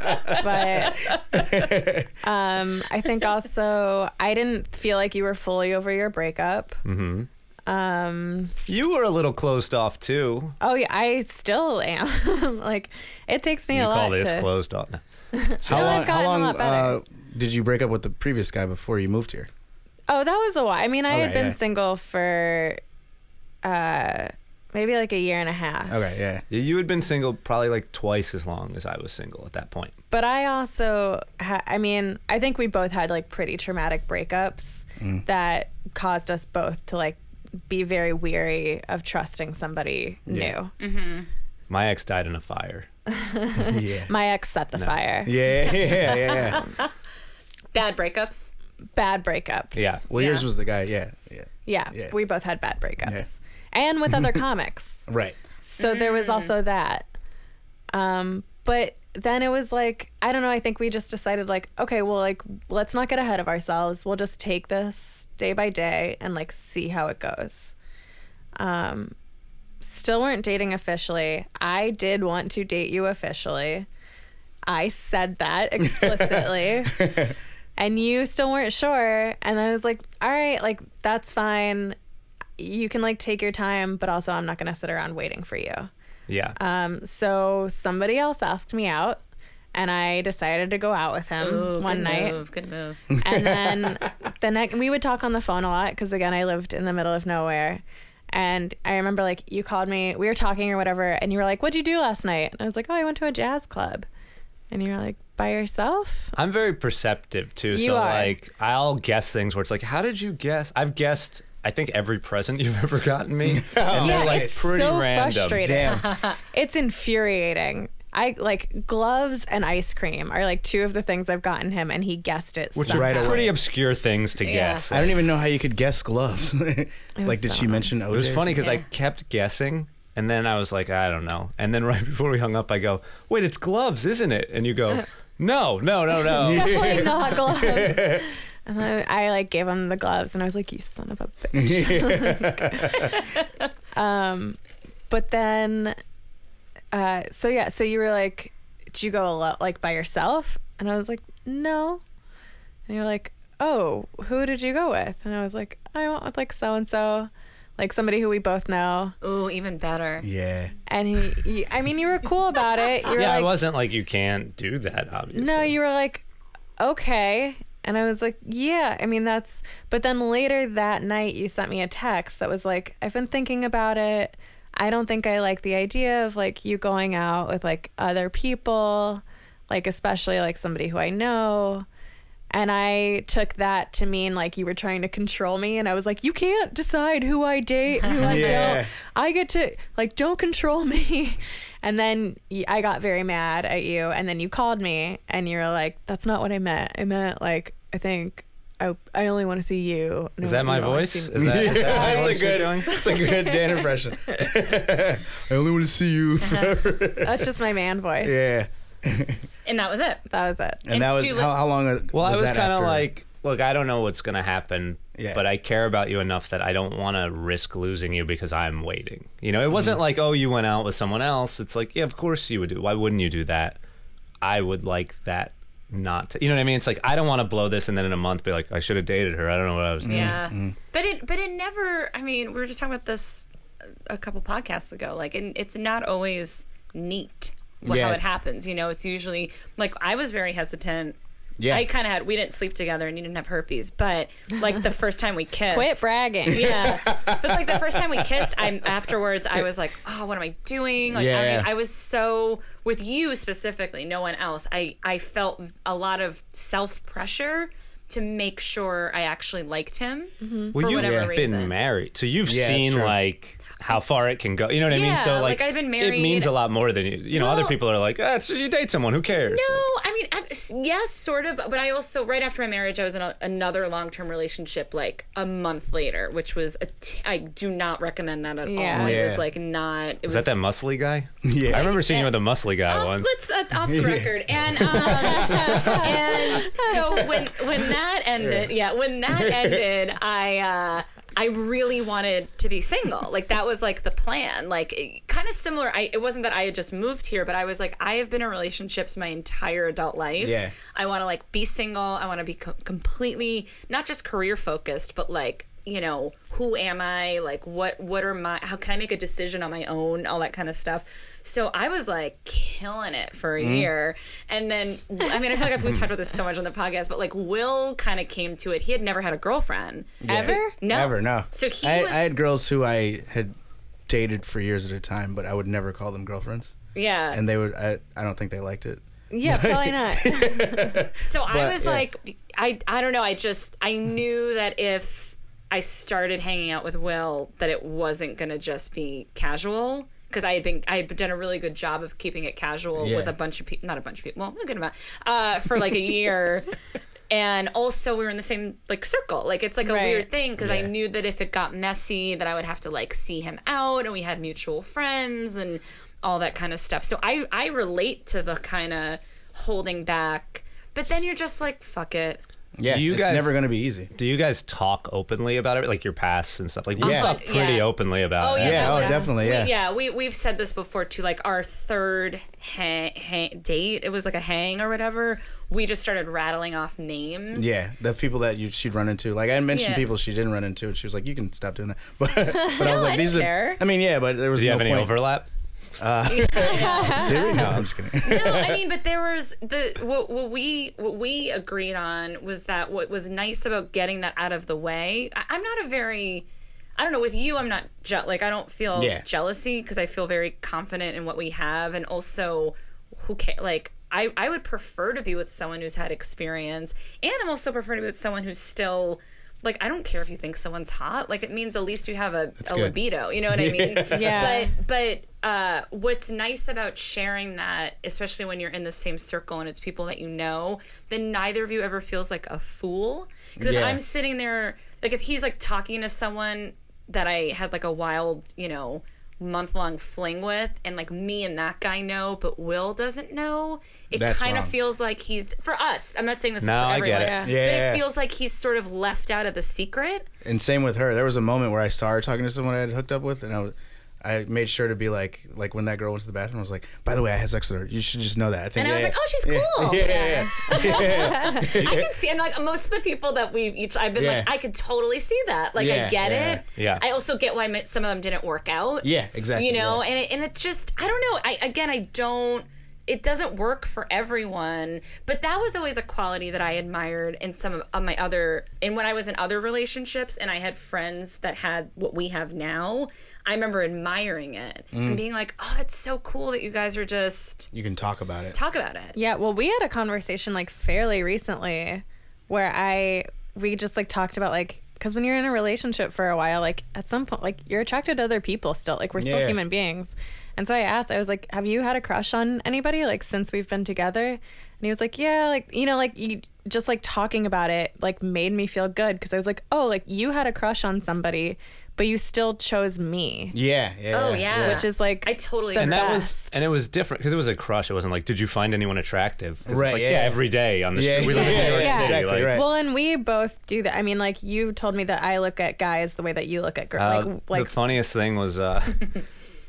Speaker 4: was. but um, I think also I didn't feel like you were fully over your breakup.
Speaker 3: Hmm.
Speaker 4: Um,
Speaker 3: you were a little closed off too.
Speaker 4: oh yeah, I still am. <laughs> like it takes me
Speaker 3: you
Speaker 4: a lot
Speaker 3: call this
Speaker 4: to.
Speaker 3: closed off? No.
Speaker 2: how
Speaker 4: No,
Speaker 2: long,
Speaker 4: it's gotten
Speaker 2: how
Speaker 4: a
Speaker 2: long
Speaker 4: lot better.
Speaker 2: uh, did you break up with the previous guy before you moved here?
Speaker 4: Oh, that was a while. I mean, I had
Speaker 2: Okay,
Speaker 4: been
Speaker 2: yeah.
Speaker 4: single for uh, maybe like a year and a half.
Speaker 2: Okay,
Speaker 4: <laughs>
Speaker 2: yeah.
Speaker 3: You had been single probably like twice as long as I was single at that point.
Speaker 4: But I also, ha- I mean, I think we both had like pretty traumatic breakups
Speaker 2: Mm.
Speaker 4: that caused us both to like be very weary of trusting somebody
Speaker 2: Yeah.
Speaker 4: new.
Speaker 3: My ex died in a fire.
Speaker 2: yeah.
Speaker 4: My ex set the fire.
Speaker 2: Yeah, yeah,
Speaker 4: <laughs>
Speaker 2: yeah, yeah.
Speaker 1: Bad breakups.
Speaker 4: Bad breakups.
Speaker 3: Yeah.
Speaker 2: Well, yours
Speaker 1: Yeah.
Speaker 2: was the guy. Yeah, yeah.
Speaker 4: yeah.
Speaker 2: Yeah.
Speaker 4: We both had bad breakups. And
Speaker 2: <laughs>
Speaker 4: with other comics.
Speaker 2: Right.
Speaker 4: So there was also that. Um, but then it was like, I don't know, I think we just decided like, okay, well like let's not get ahead of ourselves. We'll just take this day by day and like see how it goes. Um still weren't dating officially. I did want to date you officially. I said that explicitly. and you still weren't sure and I was like, "All right, like that's fine. You can like take your time, but also I'm not going to sit around waiting for you."
Speaker 3: Yeah.
Speaker 4: Um, so somebody else asked me out, and I decided to go out with him
Speaker 1: Mm,
Speaker 4: one
Speaker 5: good
Speaker 4: night.
Speaker 5: Move, good move. <laughs>
Speaker 4: And then the next, we would talk on the phone a lot because again, I lived in the middle of nowhere. And I remember like you called me, we were talking or whatever, and you were like, "What'd you do last night?" And I was like, "Oh, I went to a jazz club." And you were like, "By yourself?"
Speaker 3: I'm very perceptive too.
Speaker 4: You
Speaker 3: so
Speaker 4: are.
Speaker 3: like I'll guess things where it's like, how did you guess? I've guessed I think every present you've <laughs> ever gotten me.
Speaker 4: Yeah,
Speaker 3: And they're like
Speaker 4: it's
Speaker 3: pretty
Speaker 4: so
Speaker 3: random.
Speaker 4: frustrating.
Speaker 2: Damn.
Speaker 4: It's infuriating. I like gloves and ice cream are like two of the things I've gotten him, and he guessed it.
Speaker 3: Which
Speaker 4: somehow.
Speaker 2: Right
Speaker 3: are
Speaker 2: away.
Speaker 3: pretty obscure things to guess.
Speaker 2: I don't even know how you could guess gloves. <laughs> like, did
Speaker 4: so
Speaker 2: she mention OJ?
Speaker 3: It was funny because I
Speaker 1: Yeah.
Speaker 3: kept guessing and then I was like, I don't know. And then <laughs> right before we hung up I go, Wait, it's gloves, isn't it? And
Speaker 4: <laughs>
Speaker 3: you go, No, no, no, no.
Speaker 4: definitely not gloves. And I, I like gave him the gloves, and I was like, "You son of a bitch." <laughs> um, but then, uh, so yeah, so you were like, "Did you go a lot like by yourself?" And I was like, "No." And you're like, "Oh, who did you go with?" And I was like, "I went with like so and so, like somebody who we both know."
Speaker 1: Ooh, even better.
Speaker 2: Yeah.
Speaker 4: And he, he I mean, you were cool about it. You were
Speaker 3: yeah,
Speaker 4: like,
Speaker 3: it wasn't like you can't do that, obviously.
Speaker 4: No, you were like, okay. And I was like, yeah, I mean, that's. But then later that night, you sent me a text that was like, I've been thinking about it. I don't think I like the idea of like you going out with like other people, like, especially like somebody who I know. And I took that to mean like you were trying to control me. And I was like, you can't decide who I date and who I
Speaker 2: Yeah.
Speaker 4: don't. I get to, like, don't control <laughs> me. And then y- I got very mad at you. And then you called me and you were like, that's not what I meant. I meant, like, I think I, I only want to see you.
Speaker 3: Is that my voice? Is
Speaker 2: <laughs>
Speaker 3: that,
Speaker 4: <laughs>
Speaker 3: is that my
Speaker 2: That's
Speaker 3: voice
Speaker 2: a
Speaker 3: you're
Speaker 2: good
Speaker 3: doing?
Speaker 2: That's a good Dan impression. <laughs> I only want to see you.
Speaker 4: Uh-huh. That's just my man
Speaker 3: <laughs>
Speaker 4: voice.
Speaker 2: yeah.
Speaker 1: And that was it.
Speaker 4: That was it.
Speaker 2: And
Speaker 1: And
Speaker 2: that was
Speaker 1: Stu-
Speaker 2: how, how long? a-
Speaker 3: Well, I was
Speaker 2: that
Speaker 3: kind of
Speaker 2: after?
Speaker 3: like, look, I don't know what's going to happen,
Speaker 2: Yeah.
Speaker 3: but I care about you enough that I don't want to risk losing you because I'm waiting. You know, it wasn't like, oh, you went out with someone else. It's like, yeah, of course you would do. Why wouldn't you do that? I would like that not to. You know what I mean? It's like, I don't want to blow this and then in a month be like, I should have dated her. I don't know what I was doing.
Speaker 1: Yeah.
Speaker 2: Mm-hmm.
Speaker 1: But it but it never I mean, we were just talking about this a couple podcasts ago. Like and it's not always neat wh-
Speaker 2: Yeah.
Speaker 1: how it happens, you know, it's usually like I was very hesitant.
Speaker 2: Yeah.
Speaker 1: I kind of had we didn't sleep together and you didn't have herpes, but like
Speaker 2: <laughs>
Speaker 1: the first time we kissed.
Speaker 4: Quit bragging.
Speaker 1: <laughs>
Speaker 3: <laughs>
Speaker 1: Yeah. but like the first time we kissed, I afterwards I was like, "Oh, what am I doing?" Like I, don't
Speaker 2: Yeah.
Speaker 1: even- I was so with you specifically, no one else. I I felt a lot of self-pressure to make sure I actually liked him
Speaker 3: Mm-hmm. Well,
Speaker 1: for
Speaker 3: you've
Speaker 1: whatever
Speaker 3: been
Speaker 1: reason.
Speaker 3: married, so you've
Speaker 2: Yeah,
Speaker 3: seen
Speaker 2: true.
Speaker 3: like how far it can go. You know what I mean?
Speaker 1: Yeah,
Speaker 3: So
Speaker 1: like,
Speaker 3: like,
Speaker 1: I've been
Speaker 3: It means
Speaker 1: married-
Speaker 3: a lot more than you. You know, other
Speaker 1: Well-
Speaker 3: people are like, ah, it's just you date someone. Who cares?
Speaker 1: No, I mean, I've- yes, sort of. But I also, right after my marriage, I was in a, another long term relationship like a month later, which was, a t- I do not recommend that at
Speaker 4: Yeah.
Speaker 1: all. It
Speaker 3: Yeah.
Speaker 1: was like not, it was,
Speaker 3: Is that that muscly guy?
Speaker 2: Yeah.
Speaker 3: I remember seeing you with a muscly guy
Speaker 1: off,
Speaker 3: once.
Speaker 1: Let's uh, off the record. And um, and so when when that ended, yeah, when that ended, I uh, I really wanted to be single. Like that was like the plan. Like kind of similar. I it wasn't that I had just moved here, but I was like I have been in relationships my entire adult life.
Speaker 2: Yeah.
Speaker 1: I want to like be single. I want to be co- completely not just career focused, but like you know who am I? Like what what are my how can I make a decision on my own? All that kind of stuff. So I was like killing it for a year, and then I mean I feel like I've- we've talked about this so much on the podcast, but like Will kind of came to it. He had never had a girlfriend.
Speaker 4: Ever?
Speaker 1: No.
Speaker 2: Never, no.
Speaker 1: So he
Speaker 2: I,
Speaker 1: was-
Speaker 2: I had girls who I had dated for years at a time, but I would never call them girlfriends.
Speaker 1: Yeah.
Speaker 2: And they would, I, I don't think they liked it.
Speaker 4: Yeah, probably not.
Speaker 3: <laughs>
Speaker 1: So I
Speaker 2: But,
Speaker 1: was
Speaker 2: yeah.
Speaker 1: like, I I don't know. I just I knew that if I started hanging out with Will, that it wasn't gonna just be casual because I had been I had done a really good job of keeping it casual
Speaker 2: Yeah.
Speaker 1: with a bunch of people, not a bunch of people, well, a good amount, uh, for like a
Speaker 2: <laughs>
Speaker 1: year. And also, we were in the same like circle. Like it's like a
Speaker 4: Right.
Speaker 1: weird thing because I
Speaker 2: Yeah.
Speaker 1: knew that if it got messy, that I would have to like see him out, and we had mutual friends and all that kind of stuff. So I I relate to the kind of holding back, but then you're just like fuck it.
Speaker 2: Yeah.
Speaker 3: you
Speaker 2: it's
Speaker 3: guys-
Speaker 2: never going to be easy.
Speaker 3: Do you guys talk openly about it, like your past and stuff? Like we
Speaker 2: Yeah.
Speaker 3: talk pretty
Speaker 1: Yeah.
Speaker 3: openly about
Speaker 1: Oh
Speaker 3: it.
Speaker 1: yeah,
Speaker 2: Yeah,
Speaker 1: that
Speaker 2: oh,
Speaker 1: was-
Speaker 2: definitely,
Speaker 1: we-
Speaker 2: yeah.
Speaker 1: yeah, we we've said this before too. Like our third ha- ha- date, it was like a hang or whatever. We just started rattling off names.
Speaker 2: Yeah, the people that you, she'd run into. Like I had mentioned
Speaker 1: Yeah.
Speaker 2: people she didn't run into, and she was like, "You can stop doing that." <laughs> But,
Speaker 1: <laughs>
Speaker 2: but I was like,
Speaker 1: I
Speaker 2: "These
Speaker 1: didn't
Speaker 2: are."
Speaker 1: care.
Speaker 2: I mean, yeah, but there was
Speaker 3: Do you
Speaker 2: no
Speaker 3: have any
Speaker 2: <laughs> point.
Speaker 3: overlap?
Speaker 2: Did we? No,
Speaker 1: <laughs>
Speaker 2: I'm just kidding.
Speaker 1: no,
Speaker 2: <laughs>
Speaker 1: I mean, but there was the what, what we what we agreed on was that what was nice about getting that out of the way. I, I'm not a very, I don't know. With you, I'm not je- like I don't feel
Speaker 2: Yeah.
Speaker 1: jealousy because I feel very confident in what we have, and also who care like. I, I would prefer to be with someone who's had experience and I'm also prefer to be with someone who's still like I don't care if you think someone's hot. Like it means at least you have a, a
Speaker 2: good.
Speaker 1: libido. You know
Speaker 2: <laughs>
Speaker 1: what I mean?
Speaker 4: Yeah.
Speaker 1: But but uh, what's nice about sharing that, especially when you're in the same circle and it's people that you know, then neither of you ever feels like a fool. Because if
Speaker 2: Yeah.
Speaker 1: I'm sitting there, like if he's like talking to someone that I had like a wild, you know, month long fling with, and like me and that guy know, but Will doesn't know, it
Speaker 2: That's
Speaker 1: kind of
Speaker 2: wrong.
Speaker 1: feels like he's for us. I'm not saying this
Speaker 3: No,
Speaker 1: is for
Speaker 3: I
Speaker 1: everyone,
Speaker 3: get it.
Speaker 2: Yeah.
Speaker 1: but it feels like he's sort of left out of the secret.
Speaker 2: And same with her. There was a moment where I saw her talking to someone I had hooked up with, and I was. I made sure to be like, like when that girl went to the bathroom, I was like, "By the way, I had sex with her. You should just know that." I think,
Speaker 1: And I was
Speaker 2: yeah,
Speaker 1: like, oh, she's
Speaker 2: yeah.
Speaker 1: cool.
Speaker 2: <laughs> Yeah, yeah, yeah. yeah.
Speaker 1: I can see, and like most of the people that we've each, I've been like,
Speaker 2: Yeah.
Speaker 1: I could totally see that. Like, I
Speaker 2: Yeah,
Speaker 1: get
Speaker 2: yeah,
Speaker 1: it.
Speaker 3: yeah.
Speaker 1: I also get why mi- some of them didn't work out.
Speaker 2: Yeah, exactly,
Speaker 1: You know,
Speaker 2: yeah.
Speaker 1: and it, and it's just, I don't know. I again, I don't. It doesn't work for everyone, but that was always a quality that I admired in some of, of my other, and when I was in other relationships and I had friends that had what we have now, I remember admiring it
Speaker 2: Mm.
Speaker 1: and being like, oh, it's so cool that you guys are just
Speaker 2: You can talk about it.
Speaker 1: talk about it.
Speaker 4: Yeah, well, we had a conversation like fairly recently where I we just like talked about like because when you're in a relationship for a while, like at some point, like you're attracted to other people still. Like we're still
Speaker 2: Yeah.
Speaker 4: human beings. And so I asked, I was like, "Have you had a crush on anybody like since we've been together?" And he was like, "Yeah, like you know, like you just like talking about it like made me feel good because I was like, oh, like you had a crush on somebody, but you still chose me,
Speaker 2: Yeah, yeah.
Speaker 1: Oh yeah,
Speaker 4: which is like
Speaker 1: I totally
Speaker 3: And
Speaker 1: agree.
Speaker 3: that was
Speaker 4: Best.
Speaker 3: and it was different because it was a crush. It wasn't like, did you find anyone attractive? 'Cause It's
Speaker 2: Right,
Speaker 3: like, yeah,
Speaker 2: yeah.
Speaker 3: every day on the
Speaker 2: Yeah,
Speaker 3: street. We live in
Speaker 2: yeah,
Speaker 3: New York
Speaker 4: yeah,
Speaker 3: City.
Speaker 2: exactly,
Speaker 3: like,
Speaker 2: right.
Speaker 4: Well, and we both do that. I mean, like you told me that I look at guys the way that you look at girls.
Speaker 3: Uh,
Speaker 4: like, like
Speaker 3: the funniest thing was uh,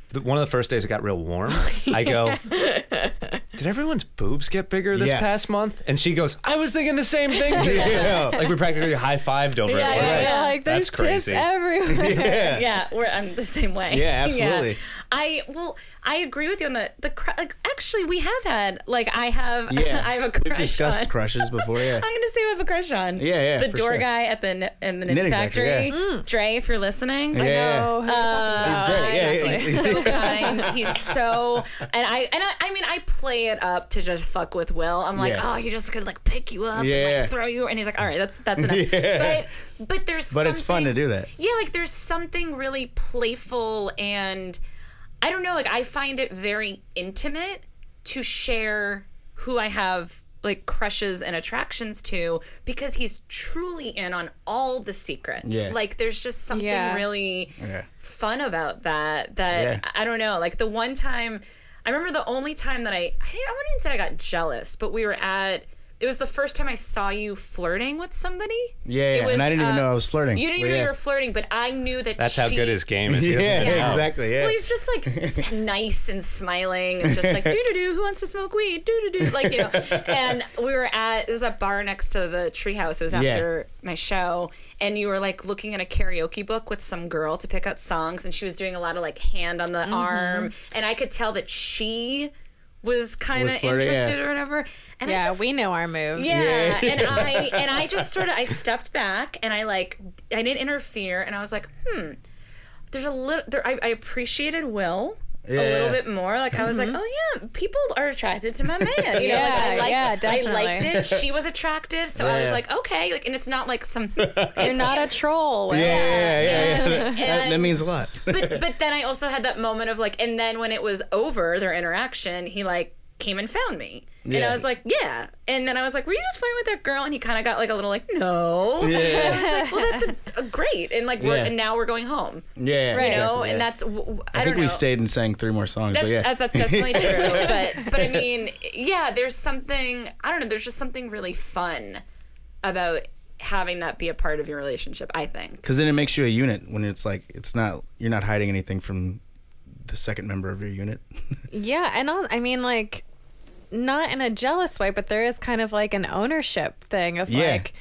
Speaker 3: the, one of the first days it got real warm. I go, did everyone's boobs get bigger this
Speaker 2: Yes.
Speaker 3: past month? And she goes, I was thinking the same thing. Like we practically high fived over
Speaker 4: yeah,
Speaker 3: it. We're
Speaker 4: yeah,
Speaker 3: like,
Speaker 4: yeah, like there's
Speaker 3: That's
Speaker 4: tips
Speaker 3: crazy.
Speaker 4: everywhere.
Speaker 2: yeah.
Speaker 1: yeah, we're, I'm the same way. <laughs>
Speaker 2: Yeah, absolutely.
Speaker 1: I well, I agree with you on the the cr- like. Actually, we have had like <laughs> I have <laughs>
Speaker 2: Yeah.
Speaker 1: I have a
Speaker 2: We've
Speaker 1: crush
Speaker 2: discussed
Speaker 1: on.
Speaker 2: crushes before. Yeah,
Speaker 1: <laughs> I'm gonna say we have a crush on.
Speaker 2: Yeah, yeah,
Speaker 1: The
Speaker 2: for
Speaker 1: door
Speaker 2: sure.
Speaker 1: guy at the kn- in the knitting,
Speaker 2: Knitting
Speaker 1: factory,
Speaker 2: factory,
Speaker 1: Dre, if you're listening.
Speaker 2: Yeah, <laughs> yeah.
Speaker 4: Oh, who-
Speaker 2: He's great. Yeah,
Speaker 1: Exactly.
Speaker 2: he's-
Speaker 1: he's so
Speaker 2: <laughs>
Speaker 1: kind. He's so, and I and I, I mean I play it up to just fuck with Will. I'm like,
Speaker 2: Yeah.
Speaker 1: oh, he just could like pick you up and
Speaker 2: Yeah.
Speaker 1: like throw you, and he's like, all right, that's that's enough.
Speaker 2: <laughs> Yeah.
Speaker 1: But but there's
Speaker 2: But it's fun to
Speaker 1: something-
Speaker 2: do that.
Speaker 1: Yeah, like there's something really playful and I don't know, like I find it very intimate to share who I have like crushes and attractions to because he's truly in on all the secrets.
Speaker 2: Yeah.
Speaker 1: Like there's just something
Speaker 4: Yeah.
Speaker 1: really
Speaker 2: Yeah.
Speaker 1: fun about that that
Speaker 2: Yeah.
Speaker 1: I don't know. Like the one time I remember the only time that I I, didn't, I wouldn't even say I got jealous, but we were at it was the first time I saw you flirting with somebody.
Speaker 2: Yeah,
Speaker 1: It uh,
Speaker 2: yeah, and I didn't even know I was flirting,
Speaker 1: You didn't
Speaker 2: but
Speaker 1: even know
Speaker 2: yeah.
Speaker 1: you were flirting, but I knew that
Speaker 3: That's how
Speaker 1: she-
Speaker 3: good his game is.
Speaker 2: <laughs>
Speaker 3: He
Speaker 2: Yeah,
Speaker 3: doesn't even know.
Speaker 2: exactly. Yeah.
Speaker 1: well, he's just like s-
Speaker 2: <laughs>
Speaker 1: nice and smiling and just like doo doo doo. Who wants to smoke weed? Doo doo doo. Like you know. And we were at it was that bar next to the treehouse. It was
Speaker 2: Yeah.
Speaker 1: after my show, and you were like looking at a karaoke book with some girl to pick out songs, and she was doing a lot of like hand on the
Speaker 2: Mm-hmm.
Speaker 1: arm, and I could tell that she was kind of
Speaker 2: Was flirting, yeah.
Speaker 1: interested or whatever. And I
Speaker 4: yeah,
Speaker 1: just,
Speaker 4: we know our moves.
Speaker 1: yeah, and I and I just sort of I stepped back and I like I didn't interfere and I was like, hmm. There's a little there. I, I appreciated Will a little
Speaker 2: Yeah.
Speaker 1: bit more. Like I was like, oh yeah, people are attracted to my man. You know, like, I
Speaker 4: Yeah,
Speaker 1: liked,
Speaker 4: yeah,
Speaker 1: I
Speaker 4: definitely.
Speaker 1: liked it. She was attractive, so I was
Speaker 2: Yeah.
Speaker 1: like, okay. Like, and it's not like some.
Speaker 4: You're not a troll. Will.
Speaker 2: yeah, yeah, yeah,
Speaker 1: <laughs>
Speaker 2: yeah. That, that
Speaker 1: and-
Speaker 2: means a lot.
Speaker 1: but but then I also had that moment of like, and then when it was over, their interaction, he like came and found me, and I
Speaker 2: Yeah.
Speaker 1: was like, yeah. And then I was like, were you just flirting with that girl? And he kind of got like a little like, no. <laughs> And I was like, well, that's a, a great, and like, we're,
Speaker 2: Yeah.
Speaker 1: and now we're going home, you
Speaker 2: <laughs> yeah, right.
Speaker 1: know, and that's w- w- I,
Speaker 2: I
Speaker 1: don't
Speaker 2: think
Speaker 1: know.
Speaker 2: we stayed and sang three more songs,
Speaker 1: That's,
Speaker 2: but yeah,
Speaker 1: that's, that's
Speaker 2: <laughs>
Speaker 1: definitely true, but but I mean, yeah, there's something I don't know. There's just something really fun about having that be a part of your relationship. I think.
Speaker 2: because then it makes you a unit when it's like it's not you're not hiding anything from the second member of your unit.
Speaker 4: Yeah, and all, I mean, like, not in a jealous way, but there is kind of like an ownership thing of
Speaker 2: Yeah.
Speaker 4: like,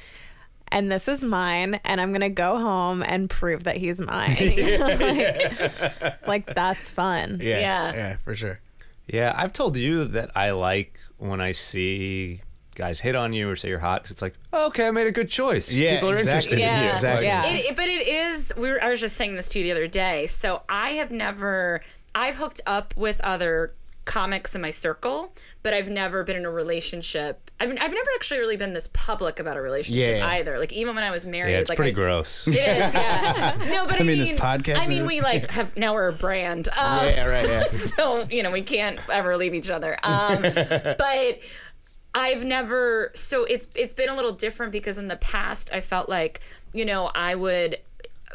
Speaker 4: and this is mine, and I'm gonna go home and prove that
Speaker 2: <laughs>
Speaker 4: he's mine. <laughs> like, like, that's fun.
Speaker 2: <laughs> Yeah,
Speaker 1: Yeah.
Speaker 2: yeah, for sure.
Speaker 3: Yeah, I've told you that I like when I see guys hit on you or say you're hot because it's like, oh, okay, I made a good choice.
Speaker 2: Yeah,
Speaker 3: people are
Speaker 2: exactly.
Speaker 3: interested in
Speaker 1: Yeah.
Speaker 3: you.
Speaker 2: Exactly.
Speaker 4: Yeah.
Speaker 1: It, it- but it is. We were, I was just saying this to you the other day. So I have never. I've hooked up with other comics in my circle, but I've never been in a relationship. I mean, I've never actually really been this public about a relationship
Speaker 2: Yeah.
Speaker 1: either. Like even when I was married,
Speaker 3: Yeah, it's
Speaker 1: like
Speaker 3: pretty
Speaker 1: I-
Speaker 3: gross.
Speaker 1: It is,
Speaker 3: <laughs>
Speaker 1: yeah. No, but I, mean,
Speaker 2: mean, this podcast
Speaker 1: I mean,
Speaker 2: is-
Speaker 1: we like have now we're a brand. Um,
Speaker 2: Yeah, right. Yeah,
Speaker 1: <laughs> so you know we can't ever leave each other um, but i've never so it's it's been a little different because in the past i felt like you know i would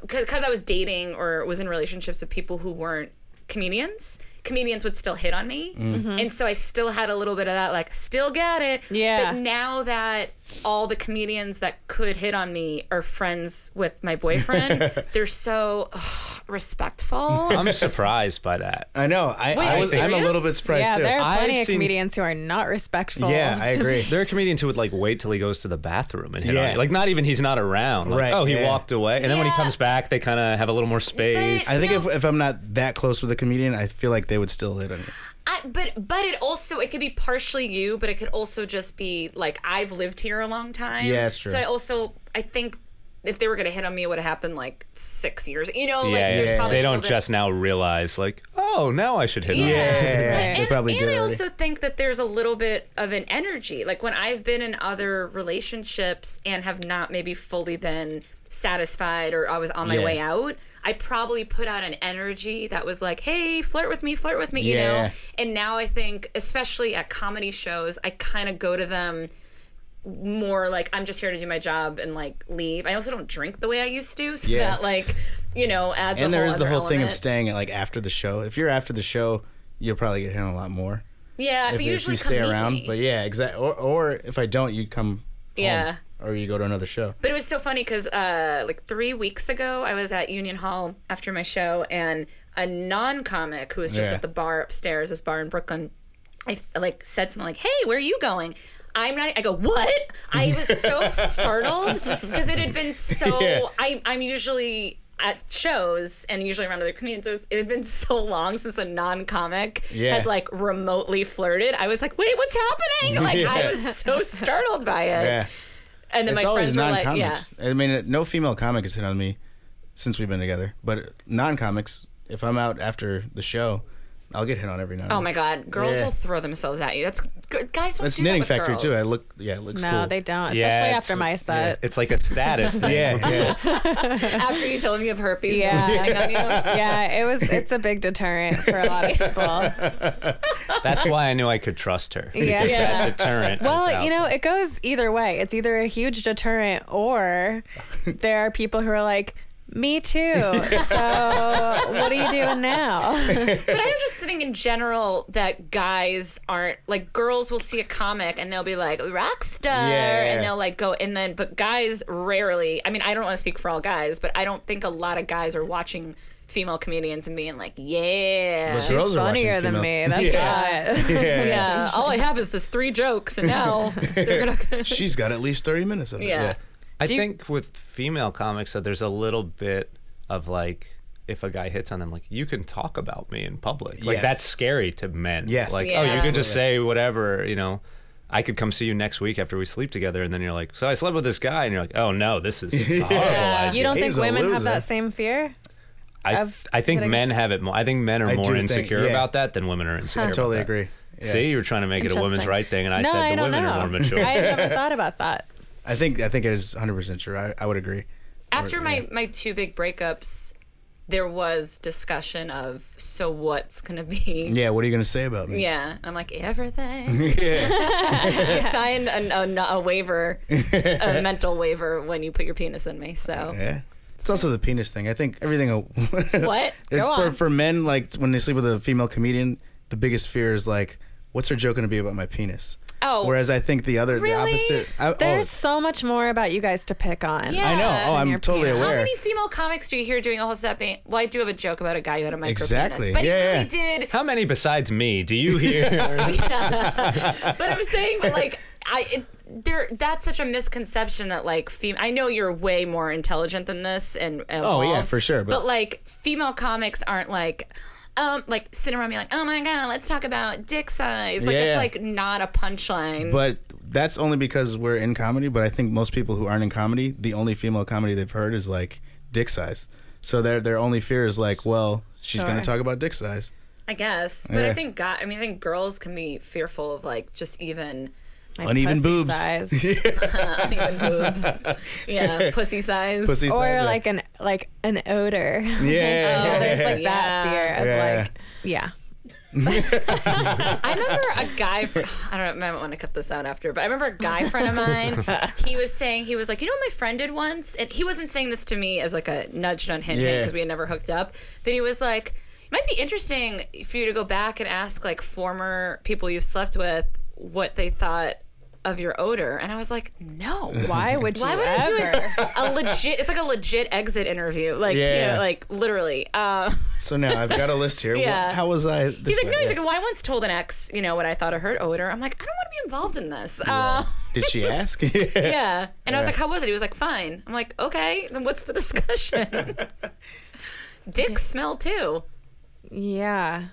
Speaker 1: because i was dating or was in relationships with people who weren't comedians comedians would still hit on me and so i still had a little bit of that like still got it
Speaker 4: Yeah.
Speaker 1: but now that all the comedians that could hit on me are friends with my boyfriend they're so ugh, respectful
Speaker 3: I'm surprised by that.
Speaker 2: I know. I,
Speaker 1: Wait,
Speaker 2: I
Speaker 1: are
Speaker 2: was.
Speaker 1: you
Speaker 2: I'm a
Speaker 1: serious?
Speaker 2: little bit surprised
Speaker 4: Yeah,
Speaker 2: too.
Speaker 4: there are
Speaker 3: I've
Speaker 4: plenty of
Speaker 3: seen-
Speaker 4: comedians who are not respectful.
Speaker 2: yeah, I
Speaker 1: <laughs>
Speaker 2: agree.
Speaker 3: There are comedians who would like wait till he goes to the bathroom and hit on
Speaker 2: Yeah.
Speaker 3: you. Like not even he's not around. Like,
Speaker 2: Right,
Speaker 3: Oh, he
Speaker 2: yeah.
Speaker 3: walked away, and then when he
Speaker 1: Yeah.
Speaker 3: comes back, they kind of have a little more space.
Speaker 1: But-
Speaker 2: I think
Speaker 1: No.
Speaker 2: if, if I'm not that close with a comedian, I feel like they would still hit on me.
Speaker 1: I, but but it also it could be partially you, but it could also just be like I've lived here a long time.
Speaker 2: Yeah, that's true.
Speaker 1: So I also I think if they were gonna hit on me, it would have happened like six years. You know, like
Speaker 3: yeah,
Speaker 1: there's
Speaker 3: yeah,
Speaker 1: probably
Speaker 3: they
Speaker 1: a little
Speaker 3: don't
Speaker 1: bit-
Speaker 3: just now realize like, oh, now I should hit on.
Speaker 1: Yeah.
Speaker 3: him.
Speaker 2: yeah,
Speaker 1: And,
Speaker 2: <laughs> they probably
Speaker 1: and
Speaker 2: did.
Speaker 1: I
Speaker 2: already.
Speaker 1: also think that there's a little bit of an energy. Like when I've been in other relationships and have not maybe fully been satisfied or I was on my
Speaker 2: Yeah.
Speaker 1: way out, I probably put out an energy that was like, hey, flirt with me, flirt with me, you
Speaker 2: Yeah.
Speaker 1: know? And now I think, especially at comedy shows, I kind of go to them more like I'm just here to do my job and like leave. I also don't drink the way I used to, so
Speaker 2: Yeah.
Speaker 1: that like, you know, adds.
Speaker 2: and
Speaker 1: a
Speaker 2: there
Speaker 1: whole
Speaker 2: is the
Speaker 1: other
Speaker 2: whole thing of
Speaker 1: element.
Speaker 2: staying at like after the show. If you're after the show, you'll probably get hit on a lot more.
Speaker 1: Yeah,
Speaker 2: if,
Speaker 1: but
Speaker 2: if
Speaker 1: usually
Speaker 2: you stay
Speaker 1: come meet
Speaker 2: around.
Speaker 1: me.
Speaker 2: But yeah, exactly. Or, or if I don't, you come. home.
Speaker 1: Yeah.
Speaker 2: Or you go to another show.
Speaker 1: But it was so funny because uh, like three weeks ago, I was at Union Hall after my show, and a non-comic who was just
Speaker 2: Yeah.
Speaker 1: at the bar upstairs, this bar in Brooklyn, I f- like said something like, "Hey, where are you going?" I'm not. e, I go, "What?" I was so
Speaker 2: <laughs>
Speaker 1: startled because it had been so.
Speaker 2: Yeah.
Speaker 1: I, I'm usually at shows and usually around other comedians. It, was- it had been so long since a non-comic
Speaker 2: Yeah.
Speaker 1: had like remotely flirted. I was like, "Wait, what's
Speaker 2: <laughs>
Speaker 1: happening?" Like I
Speaker 2: Yeah.
Speaker 1: was so startled by it.
Speaker 2: Yeah.
Speaker 1: And then
Speaker 2: it's
Speaker 1: my
Speaker 2: always
Speaker 1: friends were like, "Yeah."
Speaker 2: non-comics. I mean, no female comic has hit on me since we've been together. But non-comics, if I'm out after the show, I'll get hit on every now. and
Speaker 1: Oh
Speaker 2: then.
Speaker 1: my God, girls
Speaker 2: Yeah.
Speaker 1: will throw themselves at you. That's gu- guys don't
Speaker 2: That's
Speaker 1: do
Speaker 2: knitting
Speaker 1: that with
Speaker 2: factory
Speaker 1: girls.
Speaker 2: too. I look. Yeah, it looks
Speaker 4: <laughs> No,
Speaker 2: cool.
Speaker 4: they don't, especially
Speaker 3: Yeah, it's-
Speaker 4: after my set.
Speaker 3: It's like a status thing.
Speaker 2: <laughs> Yeah,
Speaker 1: <laughs>
Speaker 2: yeah.
Speaker 1: after you tell them you have herpes.
Speaker 4: Yeah.
Speaker 1: Yeah,
Speaker 2: <laughs>
Speaker 4: Yeah, it was. It's a big deterrent for a lot of people.
Speaker 3: That's why I knew I could trust her.
Speaker 4: Yeah.
Speaker 3: Because
Speaker 4: Yeah.
Speaker 3: that deterrent. is
Speaker 4: Well,
Speaker 3: out
Speaker 4: you know, it goes either way. It's either a huge deterrent
Speaker 2: <laughs>
Speaker 4: or there are people who are like, me too. So what are you
Speaker 2: <laughs>
Speaker 4: doing now?
Speaker 5: But I was just thinking in general that guys aren't like girls will see a comic and they'll be like rock star
Speaker 2: Yeah.
Speaker 5: and they'll like go and then but guys rarely. I mean, I don't want to speak for all guys, but I don't think a lot of guys are watching female comedians and being like, yeah.
Speaker 2: But
Speaker 4: She's
Speaker 2: girls are watching
Speaker 4: funnier than
Speaker 2: female-
Speaker 4: me. That's not.
Speaker 2: yeah.
Speaker 5: Yeah, all I have is this three jokes, and
Speaker 2: <laughs>
Speaker 5: now they're gonna.
Speaker 2: She's got at least 30 minutes of it.
Speaker 5: Yeah.
Speaker 2: Yeah.
Speaker 3: I think with female comics that there's a little bit of like if a guy hits on them like you can talk about me in public. Like
Speaker 2: Yes.
Speaker 3: that's scary to men.
Speaker 2: Yes.
Speaker 3: Like
Speaker 5: Yeah.
Speaker 3: oh you could just say whatever, you know. I could come see you next week after we sleep together and then you're like, "So I slept with this guy." And you're like, "Oh no,
Speaker 2: <laughs>
Speaker 3: this is a horrible." idea."
Speaker 4: You don't think
Speaker 2: He's a
Speaker 4: women have that
Speaker 2: loser.
Speaker 4: same fear?
Speaker 3: I,
Speaker 4: I've-
Speaker 3: I think
Speaker 4: but I-
Speaker 3: men have it more. I think men are
Speaker 2: I do
Speaker 3: more
Speaker 2: think-
Speaker 3: insecure
Speaker 2: yeah.
Speaker 3: about that than women are insecure.
Speaker 2: I totally
Speaker 3: about that.
Speaker 2: agree. Yeah.
Speaker 3: See, you were trying to make it a women's
Speaker 4: Interesting.
Speaker 3: right thing, and I
Speaker 4: no,
Speaker 3: said
Speaker 4: I
Speaker 3: the
Speaker 4: don't
Speaker 3: women
Speaker 4: know.
Speaker 3: are more mature.
Speaker 4: I had never thought about
Speaker 2: <laughs>
Speaker 4: that.
Speaker 2: I think I think it is 100% true. I, I would agree.
Speaker 1: After my, my two big breakups, there was discussion of so what's gonna be.
Speaker 2: Yeah, what are you going to say about
Speaker 1: <laughs>
Speaker 2: me?
Speaker 1: Yeah, and I'm like everything.
Speaker 2: <laughs> Yeah.
Speaker 1: <laughs>
Speaker 5: I signed a, a, a waiver,
Speaker 2: <laughs>
Speaker 5: a mental waiver when you put your penis in me. So
Speaker 2: yeah. It's also the penis thing. I think everything. <laughs>
Speaker 5: what?
Speaker 2: It's
Speaker 5: Go
Speaker 2: for,
Speaker 5: on.
Speaker 2: for men, like when they sleep with a female comedian, the biggest fear is like, what's her joke going to be about my penis?
Speaker 5: Oh.
Speaker 2: Whereas I think the other,
Speaker 4: Really?
Speaker 2: the opposite. I, oh,
Speaker 4: There's so much more about you guys to pick on.
Speaker 5: Yeah.
Speaker 2: I know.
Speaker 4: than
Speaker 2: Oh,
Speaker 4: your
Speaker 2: I'm totally
Speaker 4: penis.
Speaker 1: How
Speaker 2: aware.
Speaker 1: many female comics do you hear doing all this that being? Well, I do have a joke about a guy who had a micro
Speaker 2: Exactly.
Speaker 1: penis, but
Speaker 2: Yeah,
Speaker 1: he
Speaker 2: yeah.
Speaker 1: really did.
Speaker 3: How many besides me do
Speaker 4: <laughs>
Speaker 3: you hear?
Speaker 1: <laughs> But I'm saying, but like, I it, there that's such a misconception that like fem- I know you're way more intelligent than this and
Speaker 2: Oh, yeah,
Speaker 1: evolved,
Speaker 2: for sure,
Speaker 1: But,
Speaker 2: but-
Speaker 1: like female comics aren't like. Um, like sitting around me like, oh my god, let's talk about dick size. Like
Speaker 2: Yeah, yeah.
Speaker 1: it's like not a punchline.
Speaker 2: But that's only because we're in comedy. But I think most people who aren't in comedy, the only female comedy they've heard is like dick size. So their their only fear is like, well, she's going
Speaker 4: Sure.
Speaker 2: to talk about dick size.
Speaker 1: I guess, but I
Speaker 2: Yeah.
Speaker 1: think God, I mean, I think girls can be fearful of like just even uh,
Speaker 4: My
Speaker 2: Uneven
Speaker 4: pussy
Speaker 2: boobs. <laughs>
Speaker 4: size.
Speaker 1: even boobs, yeah, pussy size.
Speaker 2: Pussy
Speaker 4: or
Speaker 2: size. yeah.
Speaker 4: like an like an
Speaker 2: <laughs>
Speaker 4: odor.
Speaker 2: yeah.
Speaker 1: Oh,
Speaker 4: There's like that
Speaker 1: Yeah.
Speaker 4: fear of
Speaker 2: Yeah.
Speaker 4: like yeah.
Speaker 1: I remember a guy. Fr- I don't know. I might want to cut this out after, but I remember a guy friend of mine.
Speaker 2: <laughs>
Speaker 1: He was saying he was like, you know, what my friend did once, and he wasn't saying this to me as like a nudge, on hint,
Speaker 2: Yeah.
Speaker 1: because we had never hooked up. But he was like, it might be interesting for you to go back and ask like former people you slept with what they thought of your odor. And I was like,
Speaker 2: <laughs>
Speaker 1: no,
Speaker 4: Why would you
Speaker 1: Why would
Speaker 4: ever? <laughs>
Speaker 1: I do it? A legit. It's like a legit exit interview. Like, to-
Speaker 2: Yeah.
Speaker 1: like literally. Uh,
Speaker 2: So now I've got a list here.
Speaker 1: Yeah.
Speaker 2: Wh- How was I? This
Speaker 1: he's like,
Speaker 2: way?
Speaker 1: no. He's
Speaker 2: Yeah.
Speaker 1: like, well, I once told an ex, you know, what I thought of her odor. I'm like, I don't want to be involved in this. Uh,
Speaker 2: Did she ask? <laughs> yeah.
Speaker 1: <laughs> yeah. And I was like, how was it? He was like, fine. I'm like, okay. Then what's the
Speaker 2: <laughs>
Speaker 1: discussion? Dick smell too.
Speaker 4: <laughs> Yeah.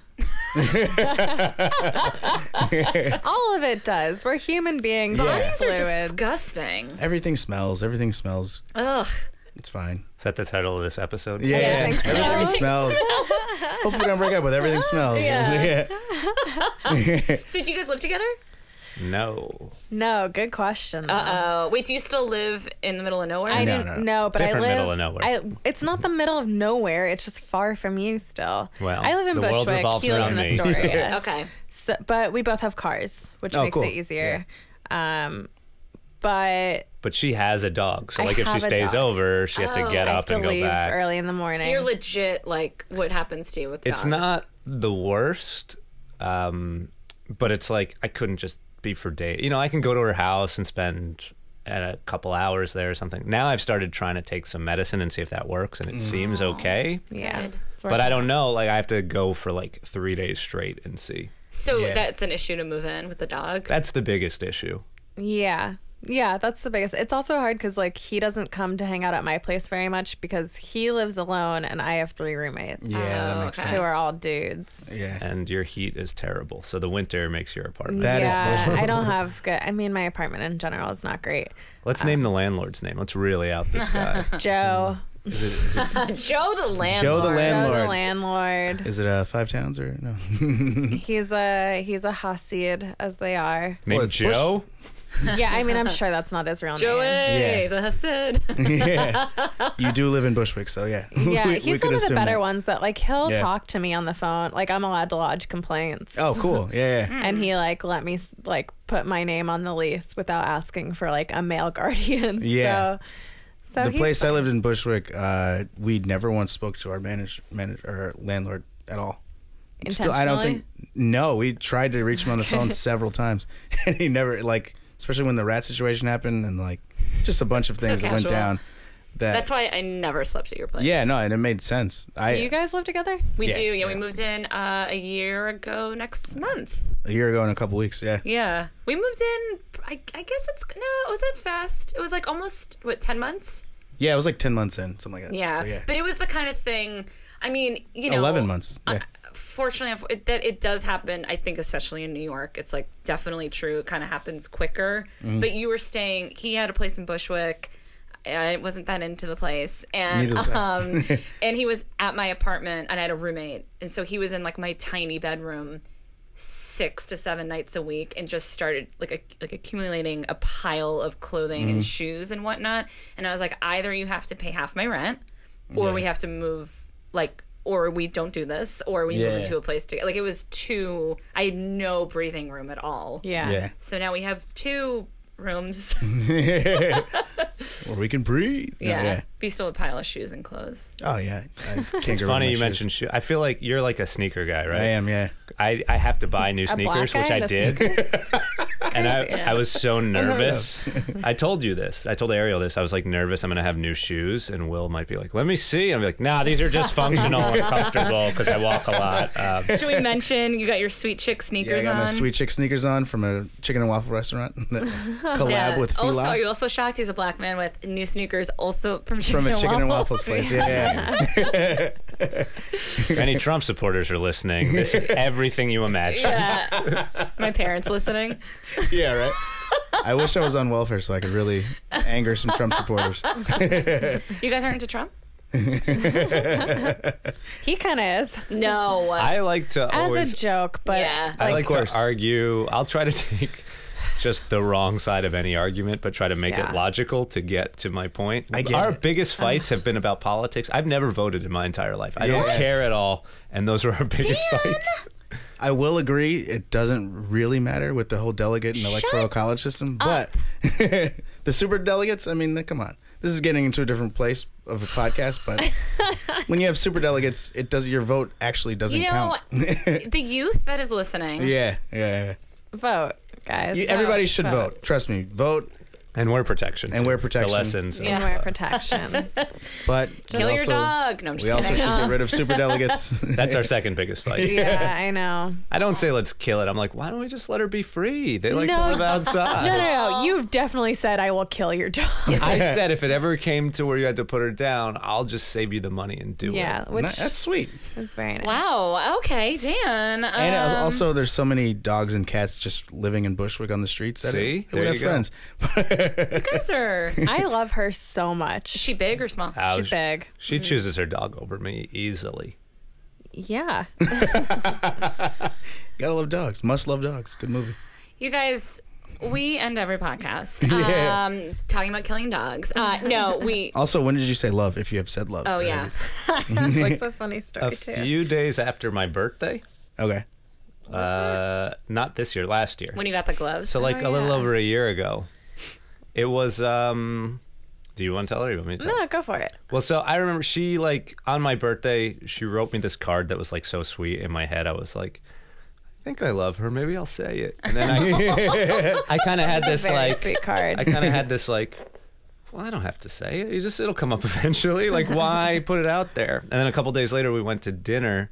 Speaker 4: All of it does. We're human beings. Yeah.
Speaker 1: Bodies are
Speaker 4: fluid.
Speaker 1: disgusting.
Speaker 2: Everything smells. Everything smells. <laughs>
Speaker 1: Ugh.
Speaker 2: It's fine.
Speaker 3: Is that the title of this episode?
Speaker 2: Yeah.
Speaker 4: Everything
Speaker 2: Everything, smells. Hopefully, we don't break up with everything smells.
Speaker 4: Yeah.
Speaker 1: So do you guys live together?
Speaker 3: No.
Speaker 4: No, good question. though.
Speaker 1: Uh, wait. Do you still live in the middle of nowhere?
Speaker 4: I
Speaker 2: No,
Speaker 4: didn't
Speaker 2: no, no.
Speaker 4: know, but
Speaker 3: Different
Speaker 4: I live.
Speaker 3: middle of nowhere.
Speaker 4: I, it's not the middle of nowhere. It's just far from you still.
Speaker 3: Well,
Speaker 4: I live in
Speaker 3: the world
Speaker 4: Bushwick.
Speaker 3: revolves
Speaker 4: He lives in
Speaker 3: around me. <laughs>
Speaker 4: Astoria.
Speaker 1: okay.
Speaker 4: So, but we both have cars, which
Speaker 2: Oh,
Speaker 4: makes
Speaker 2: cool.
Speaker 4: it easier. Um, but
Speaker 3: But she has a dog, so
Speaker 4: I
Speaker 3: like if she
Speaker 4: have a
Speaker 3: stays
Speaker 4: dog. Oh,
Speaker 3: over, she has to get
Speaker 4: I have
Speaker 3: up
Speaker 4: to
Speaker 3: and go
Speaker 4: leave
Speaker 3: back.
Speaker 4: early in the morning.
Speaker 1: So you're legit like what happens to you with
Speaker 3: It's
Speaker 1: dogs.
Speaker 3: not the worst, um, but it's like I couldn't just be for days. You know, I can go to her house and spend a couple hours there or something. Now I've started trying to take some medicine and see if that works, and it seems okay.
Speaker 4: Mm. yeah,
Speaker 1: Good.
Speaker 4: It's
Speaker 3: But
Speaker 4: working.
Speaker 3: I don't know. Like I have to go for like three days straight and see.
Speaker 1: So
Speaker 2: Yeah.
Speaker 1: that's an issue to move in with the dog.
Speaker 3: That's the biggest issue.
Speaker 4: Yeah. Yeah, that's the biggest. It's also hard because, like, he doesn't come to hang out at my place very much because he lives alone and I have three roommates
Speaker 2: Yeah. that makes
Speaker 1: Oh, okay.
Speaker 4: who
Speaker 2: sense.
Speaker 4: are all dudes.
Speaker 2: Yeah.
Speaker 3: and your heat is terrible. So the winter makes your apartment.
Speaker 2: That is
Speaker 4: yeah,
Speaker 2: bullshit.
Speaker 4: I don't have good. I mean, my apartment in general is not great.
Speaker 3: Let's name the landlord's name. Let's really out
Speaker 4: <laughs>
Speaker 3: this guy.
Speaker 4: Joe,
Speaker 3: Is it- is it-
Speaker 1: <laughs> Joe the
Speaker 2: Joe
Speaker 1: landlord.
Speaker 2: the
Speaker 4: Joe the
Speaker 2: landlord.
Speaker 4: landlord.
Speaker 2: Is it uh, five towns or no? <laughs>
Speaker 4: He's a he's a hasid as they are.
Speaker 3: name
Speaker 2: Well, it's-
Speaker 3: Joe?
Speaker 4: yeah, I mean, I'm sure that's not his real name.
Speaker 1: Joey,
Speaker 2: Yeah.
Speaker 1: the Hasid. <laughs>
Speaker 2: yeah. You do live in Bushwick, so yeah. <laughs>
Speaker 4: Yeah,
Speaker 2: We- we
Speaker 4: he's
Speaker 2: could
Speaker 4: one of the
Speaker 2: assume
Speaker 4: better
Speaker 2: that.
Speaker 4: ones that like he'll
Speaker 2: Yeah.
Speaker 4: talk to me on the phone. Like I'm allowed to lodge complaints.
Speaker 2: Oh, cool. Yeah. yeah.
Speaker 4: And he like let me like put my name on the lease without asking for like a male <laughs> guardian.
Speaker 2: Yeah.
Speaker 4: So, so
Speaker 2: the
Speaker 4: he's
Speaker 2: place I lived in Bushwick, uh, we never once spoke to our manage, manager or landlord at all. Still, I don't think. No, we tried to reach him on the phone several times, <laughs> and he never like, especially when the rat situation happened, and like, just a bunch of things that went
Speaker 1: casual.
Speaker 2: down. That
Speaker 1: That's why I never slept at your place.
Speaker 2: yeah, no, and it made sense. I
Speaker 4: Do you guys live together?
Speaker 1: We
Speaker 2: Yeah,
Speaker 1: do. Yeah, we
Speaker 2: yeah.
Speaker 1: moved in uh, a year ago next month.
Speaker 2: a year ago in a couple weeks, yeah,
Speaker 1: Yeah. We moved in, I, I guess it's, no, it was that fast. It was like almost, what, 10 months?
Speaker 2: yeah, it was like ten months in, something like that.
Speaker 1: Yeah.
Speaker 2: So, yeah.
Speaker 1: But it was the kind of thing, I mean, you know. uh,
Speaker 2: 11 months, yeah.
Speaker 1: Fortunately, unf- it, that it does happen, I think, especially in New York. It's like definitely true. It kind of happens quicker.
Speaker 2: Mm-hmm.
Speaker 1: But you were staying, he had a place in Bushwick. I wasn't that into the place. And,
Speaker 2: Neither was I. <laughs>
Speaker 1: um, and he was at my apartment and I had a roommate. And so he was in like my tiny bedroom six to seven nights a week and just started like a, like accumulating a pile of clothing
Speaker 2: Mm-hmm.
Speaker 1: and shoes and whatnot. And I was like, either you have to pay half my rent, or we have to move like, or we don't do this, or we
Speaker 2: Yeah.
Speaker 1: move into a place to like it was too. I had no breathing room at all.
Speaker 4: Yeah.
Speaker 2: yeah,
Speaker 1: So now we have two rooms.
Speaker 2: <laughs> or we can breathe. No,
Speaker 1: yeah. Be still a pile of shoes and clothes.
Speaker 2: Oh yeah.
Speaker 3: <laughs>
Speaker 2: I can't
Speaker 3: It's funny you mentioned shoes. I feel like you're like a sneaker guy, right?
Speaker 2: I am, yeah.
Speaker 3: I, I have to buy new
Speaker 4: A black
Speaker 3: sneakers,
Speaker 4: guy
Speaker 3: which I
Speaker 4: and a
Speaker 3: did.
Speaker 4: sneakers?
Speaker 3: and I, I was
Speaker 2: <laughs>
Speaker 3: so nervous. I told you this. I told Ariel this. I was like nervous. I'm gonna have new shoes, and Will might be like, "Let me see." And I'm like, "Nah, these
Speaker 4: <laughs>
Speaker 3: are just functional and comfortable because I walk
Speaker 2: <laughs>
Speaker 3: a lot." Um,
Speaker 1: Should we mention you got your sweet chick
Speaker 2: Yeah, I
Speaker 1: sneakers
Speaker 2: got my
Speaker 1: on?
Speaker 2: sweet chick sneakers on from a chicken and waffle restaurant. <laughs>
Speaker 1: <laughs>
Speaker 2: that collab
Speaker 1: Yeah.
Speaker 2: with Fila.
Speaker 1: also, are you also shocked he's a black man with new sneakers also from Chicken,
Speaker 2: from a
Speaker 1: and,
Speaker 2: chicken and waffles
Speaker 1: Waffles?
Speaker 2: place. Yeah,
Speaker 1: <laughs>
Speaker 2: yeah.
Speaker 3: if any Trump supporters are listening, this
Speaker 2: <laughs>
Speaker 3: is everything you imagine.
Speaker 1: Yeah. Uh, my parents listening.
Speaker 2: yeah, right. I wish I was on welfare so I could really anger some Trump supporters.
Speaker 1: You guys aren't into Trump?
Speaker 4: <laughs> He kind of is
Speaker 1: No.
Speaker 3: I like to
Speaker 4: as
Speaker 3: always.
Speaker 4: a joke, but
Speaker 1: Yeah.
Speaker 3: I like
Speaker 2: course.
Speaker 3: to argue. I'll try to <laughs> take just the wrong side of any argument, but try to make
Speaker 4: Yeah.
Speaker 3: it logical to get to my point.
Speaker 2: I get
Speaker 3: Our
Speaker 2: it.
Speaker 3: biggest fights have been about politics. I've never voted in my entire life. I
Speaker 2: Yes.
Speaker 3: don't care at all, and those were our biggest fights.
Speaker 2: I will agree, it doesn't really matter with the whole delegate and electoral college system, but <laughs> the super delegates, I mean, come on. This is getting into a different place of a
Speaker 1: <laughs>
Speaker 2: podcast, but when you have super delegates, it does your vote actually doesn't
Speaker 1: You know,
Speaker 2: count.
Speaker 1: the youth that is listening.
Speaker 2: <laughs> yeah, yeah. yeah.
Speaker 4: vote, guys.
Speaker 2: You,
Speaker 4: So-
Speaker 2: everybody should vote. Trust me, vote,
Speaker 3: And we're protection.
Speaker 2: And
Speaker 3: too.
Speaker 2: wear protection.
Speaker 3: The lessons. of-
Speaker 4: And wear protection.
Speaker 2: but
Speaker 1: Kill your dog. No, I'm just
Speaker 2: we also
Speaker 1: kidding.
Speaker 2: should
Speaker 1: <laughs>
Speaker 2: get rid of super delegates. <laughs>
Speaker 3: That's our second biggest
Speaker 4: <laughs>
Speaker 3: fight.
Speaker 4: yeah, I know.
Speaker 3: I don't say let's kill it. I'm like, why don't we just let her be free? They like
Speaker 4: No.
Speaker 3: to live outside.
Speaker 4: <laughs> No, no, no. You've definitely said I will kill your dog.
Speaker 3: I said if it ever came to where you had to put her down, I'll just save you the money and do it.
Speaker 4: <laughs> yeah, which
Speaker 2: That's sweet.
Speaker 4: is very nice.
Speaker 1: Wow. Okay, Dan. Um,
Speaker 2: And uh, also, there's so many dogs and cats just living in Bushwick on the streets. That
Speaker 3: See?
Speaker 2: it, it
Speaker 3: There
Speaker 2: would have
Speaker 3: you go.
Speaker 2: friends. <laughs>
Speaker 1: guys are.
Speaker 4: I love her so much.
Speaker 1: Is she big or small?
Speaker 3: Ouch.
Speaker 4: She's big.
Speaker 3: She chooses her dog over me easily.
Speaker 4: Yeah.
Speaker 2: Gotta love dogs. Must love dogs. Good movie.
Speaker 1: You guys, we end every podcast
Speaker 2: Yeah.
Speaker 1: um, talking about killing dogs. Uh, no,
Speaker 2: <laughs>
Speaker 1: we.
Speaker 2: Also, when did you say love? If you have said love.
Speaker 1: Oh
Speaker 2: already?
Speaker 1: yeah.
Speaker 4: That's <laughs> like a funny story
Speaker 3: A few days after my birthday,
Speaker 2: Okay.
Speaker 3: uh, not this year, last year.
Speaker 1: When you got the gloves.
Speaker 3: so like
Speaker 4: Oh,
Speaker 3: a little
Speaker 4: yeah.
Speaker 3: over a year ago, it was. um Do you want to tell her? Or you want me to tell? her?
Speaker 4: No, go for it.
Speaker 3: Well, so I remember she like on my birthday, she wrote me this card that was like so sweet. In my head, I was like, I think I love her. Maybe I'll say it. And
Speaker 4: <laughs>
Speaker 3: then I, <laughs> I kind of had this
Speaker 4: Very
Speaker 3: like,
Speaker 4: sweet card.
Speaker 3: I kind of had this like, well, I don't have to say it. You just it'll come up <laughs> eventually.
Speaker 4: <laughs>
Speaker 3: Like, why put it out there? And then a couple days later, we went to dinner,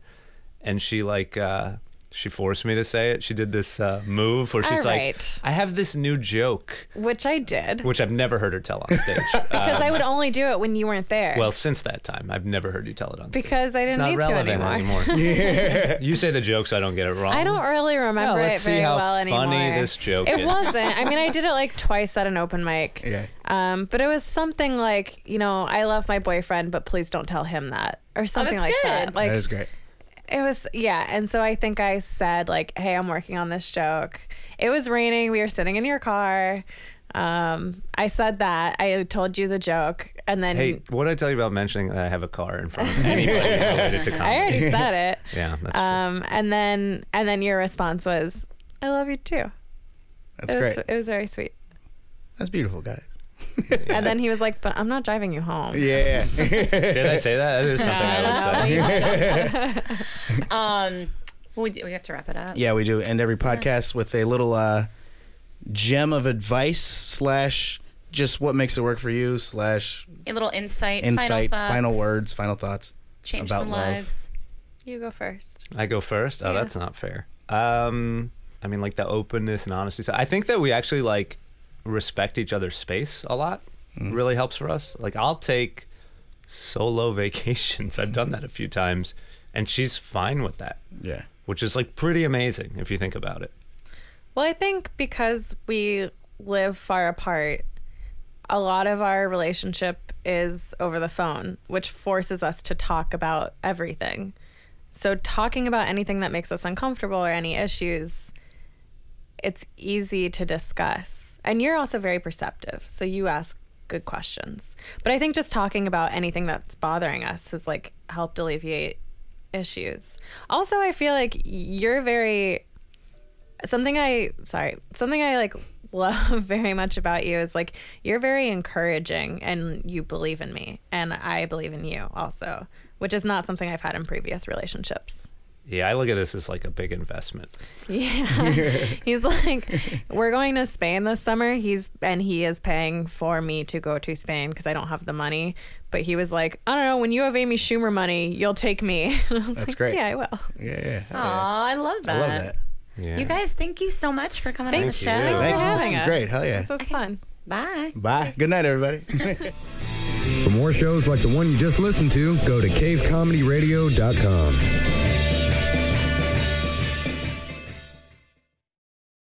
Speaker 3: and she like. uh she forced me to say it. She did this uh, move where she's
Speaker 4: All
Speaker 3: like,
Speaker 4: right.
Speaker 3: "I have this new joke,"
Speaker 4: Which I did.
Speaker 3: which I've never heard her tell on stage.
Speaker 4: <laughs>
Speaker 3: Uh,
Speaker 4: Because I would only do it when you weren't there.
Speaker 3: well, since that time, I've never heard you tell it on stage.
Speaker 4: Because I
Speaker 3: It's
Speaker 4: didn't
Speaker 3: not
Speaker 4: need to
Speaker 3: relevant
Speaker 4: anymore. <laughs>
Speaker 3: <laughs> you say the joke, so I don't get it wrong.
Speaker 4: I don't really remember
Speaker 3: Well,
Speaker 4: it
Speaker 3: let's see
Speaker 4: very
Speaker 3: how
Speaker 4: well anymore.
Speaker 3: funny this joke
Speaker 4: It
Speaker 3: is.
Speaker 4: wasn't. I mean, I did it like twice at an open mic.
Speaker 2: Yeah.
Speaker 4: Um, but it was something like, you know, I love my boyfriend, but please don't tell him that, or something
Speaker 1: Oh, that's
Speaker 4: like that.
Speaker 1: good.
Speaker 4: Like
Speaker 2: that is great.
Speaker 4: it was, yeah. And so I think I said like, "Hey, I'm working on this joke." It was raining. We were sitting in your car. Um, I said that. I told you the joke, and then
Speaker 3: Hey, what did I tell you about mentioning that I have a car in front
Speaker 4: <laughs>
Speaker 3: of anybody <laughs> related to
Speaker 4: I
Speaker 3: comedy?
Speaker 4: already said it.
Speaker 3: <laughs> Yeah, that's
Speaker 4: Um, and then and then your response was, "I love you too."
Speaker 2: That's
Speaker 4: it was
Speaker 2: great.
Speaker 4: it was very sweet.
Speaker 2: That's beautiful, guy.
Speaker 4: And then he was like, "But I'm not driving you home."
Speaker 2: <laughs> Yeah.
Speaker 3: true. Did I say that? That is something
Speaker 4: Uh, <laughs>
Speaker 3: I would say.
Speaker 1: Uh, <laughs>
Speaker 2: <laughs>
Speaker 5: Um, we, do- we have to wrap it up.
Speaker 2: yeah, we do end every podcast with a little uh, gem of advice slash just what makes it work for you slash
Speaker 5: A little insight, final
Speaker 2: insight,
Speaker 5: thoughts,
Speaker 2: final, words, final thoughts.
Speaker 5: change
Speaker 2: about
Speaker 5: some
Speaker 2: love.
Speaker 5: lives.
Speaker 4: You go first.
Speaker 3: I go first. Oh, that's not fair. Um, I mean, like the openness and honesty. So I think that we actually like respect each other's space a lot. Really helps for us. Like I'll take solo <laughs> vacations. I've done that a few times, and she's fine with that,
Speaker 2: Yeah.
Speaker 3: which is like pretty amazing if you think about it.
Speaker 4: Well, I think because we live far apart, a lot of our relationship is over the phone, which forces us to talk about everything. So, talking about anything that makes us uncomfortable or any issues, it's easy to discuss. And you're also very perceptive. So, you ask good questions. But I think just talking about anything that's bothering us has like helped alleviate issues. Also, I feel like you're very something I sorry, something I like <laughs> love very much about you is like you're very encouraging and you believe in me and I believe in you also, which is not something I've had in previous relationships. <laughs>
Speaker 3: Yeah, I look at this as like a big investment.
Speaker 4: Yeah. he's like we're going to Spain this summer. He's and he is paying for me to go to Spain because I don't have the money. But he was like, I don't know, when you have Amy Schumer money, you'll take me. <laughs> And I was
Speaker 2: That's
Speaker 4: like,
Speaker 2: great.
Speaker 4: Yeah, I will.
Speaker 2: Yeah, yeah. Hell
Speaker 5: Oh, I love
Speaker 2: yeah.
Speaker 5: that.
Speaker 2: I love that.
Speaker 3: Yeah.
Speaker 5: You guys, thank you so much for coming on the
Speaker 3: Thank
Speaker 5: show.
Speaker 3: you. Thank
Speaker 2: Thank you.
Speaker 4: having
Speaker 2: This
Speaker 4: us.
Speaker 2: is great. Hell yeah.
Speaker 4: This was fun.
Speaker 5: Bye.
Speaker 2: Bye. Good night, <laughs> everybody.
Speaker 6: For more shows like the one you just listened to, go to cavecomedyradio.com.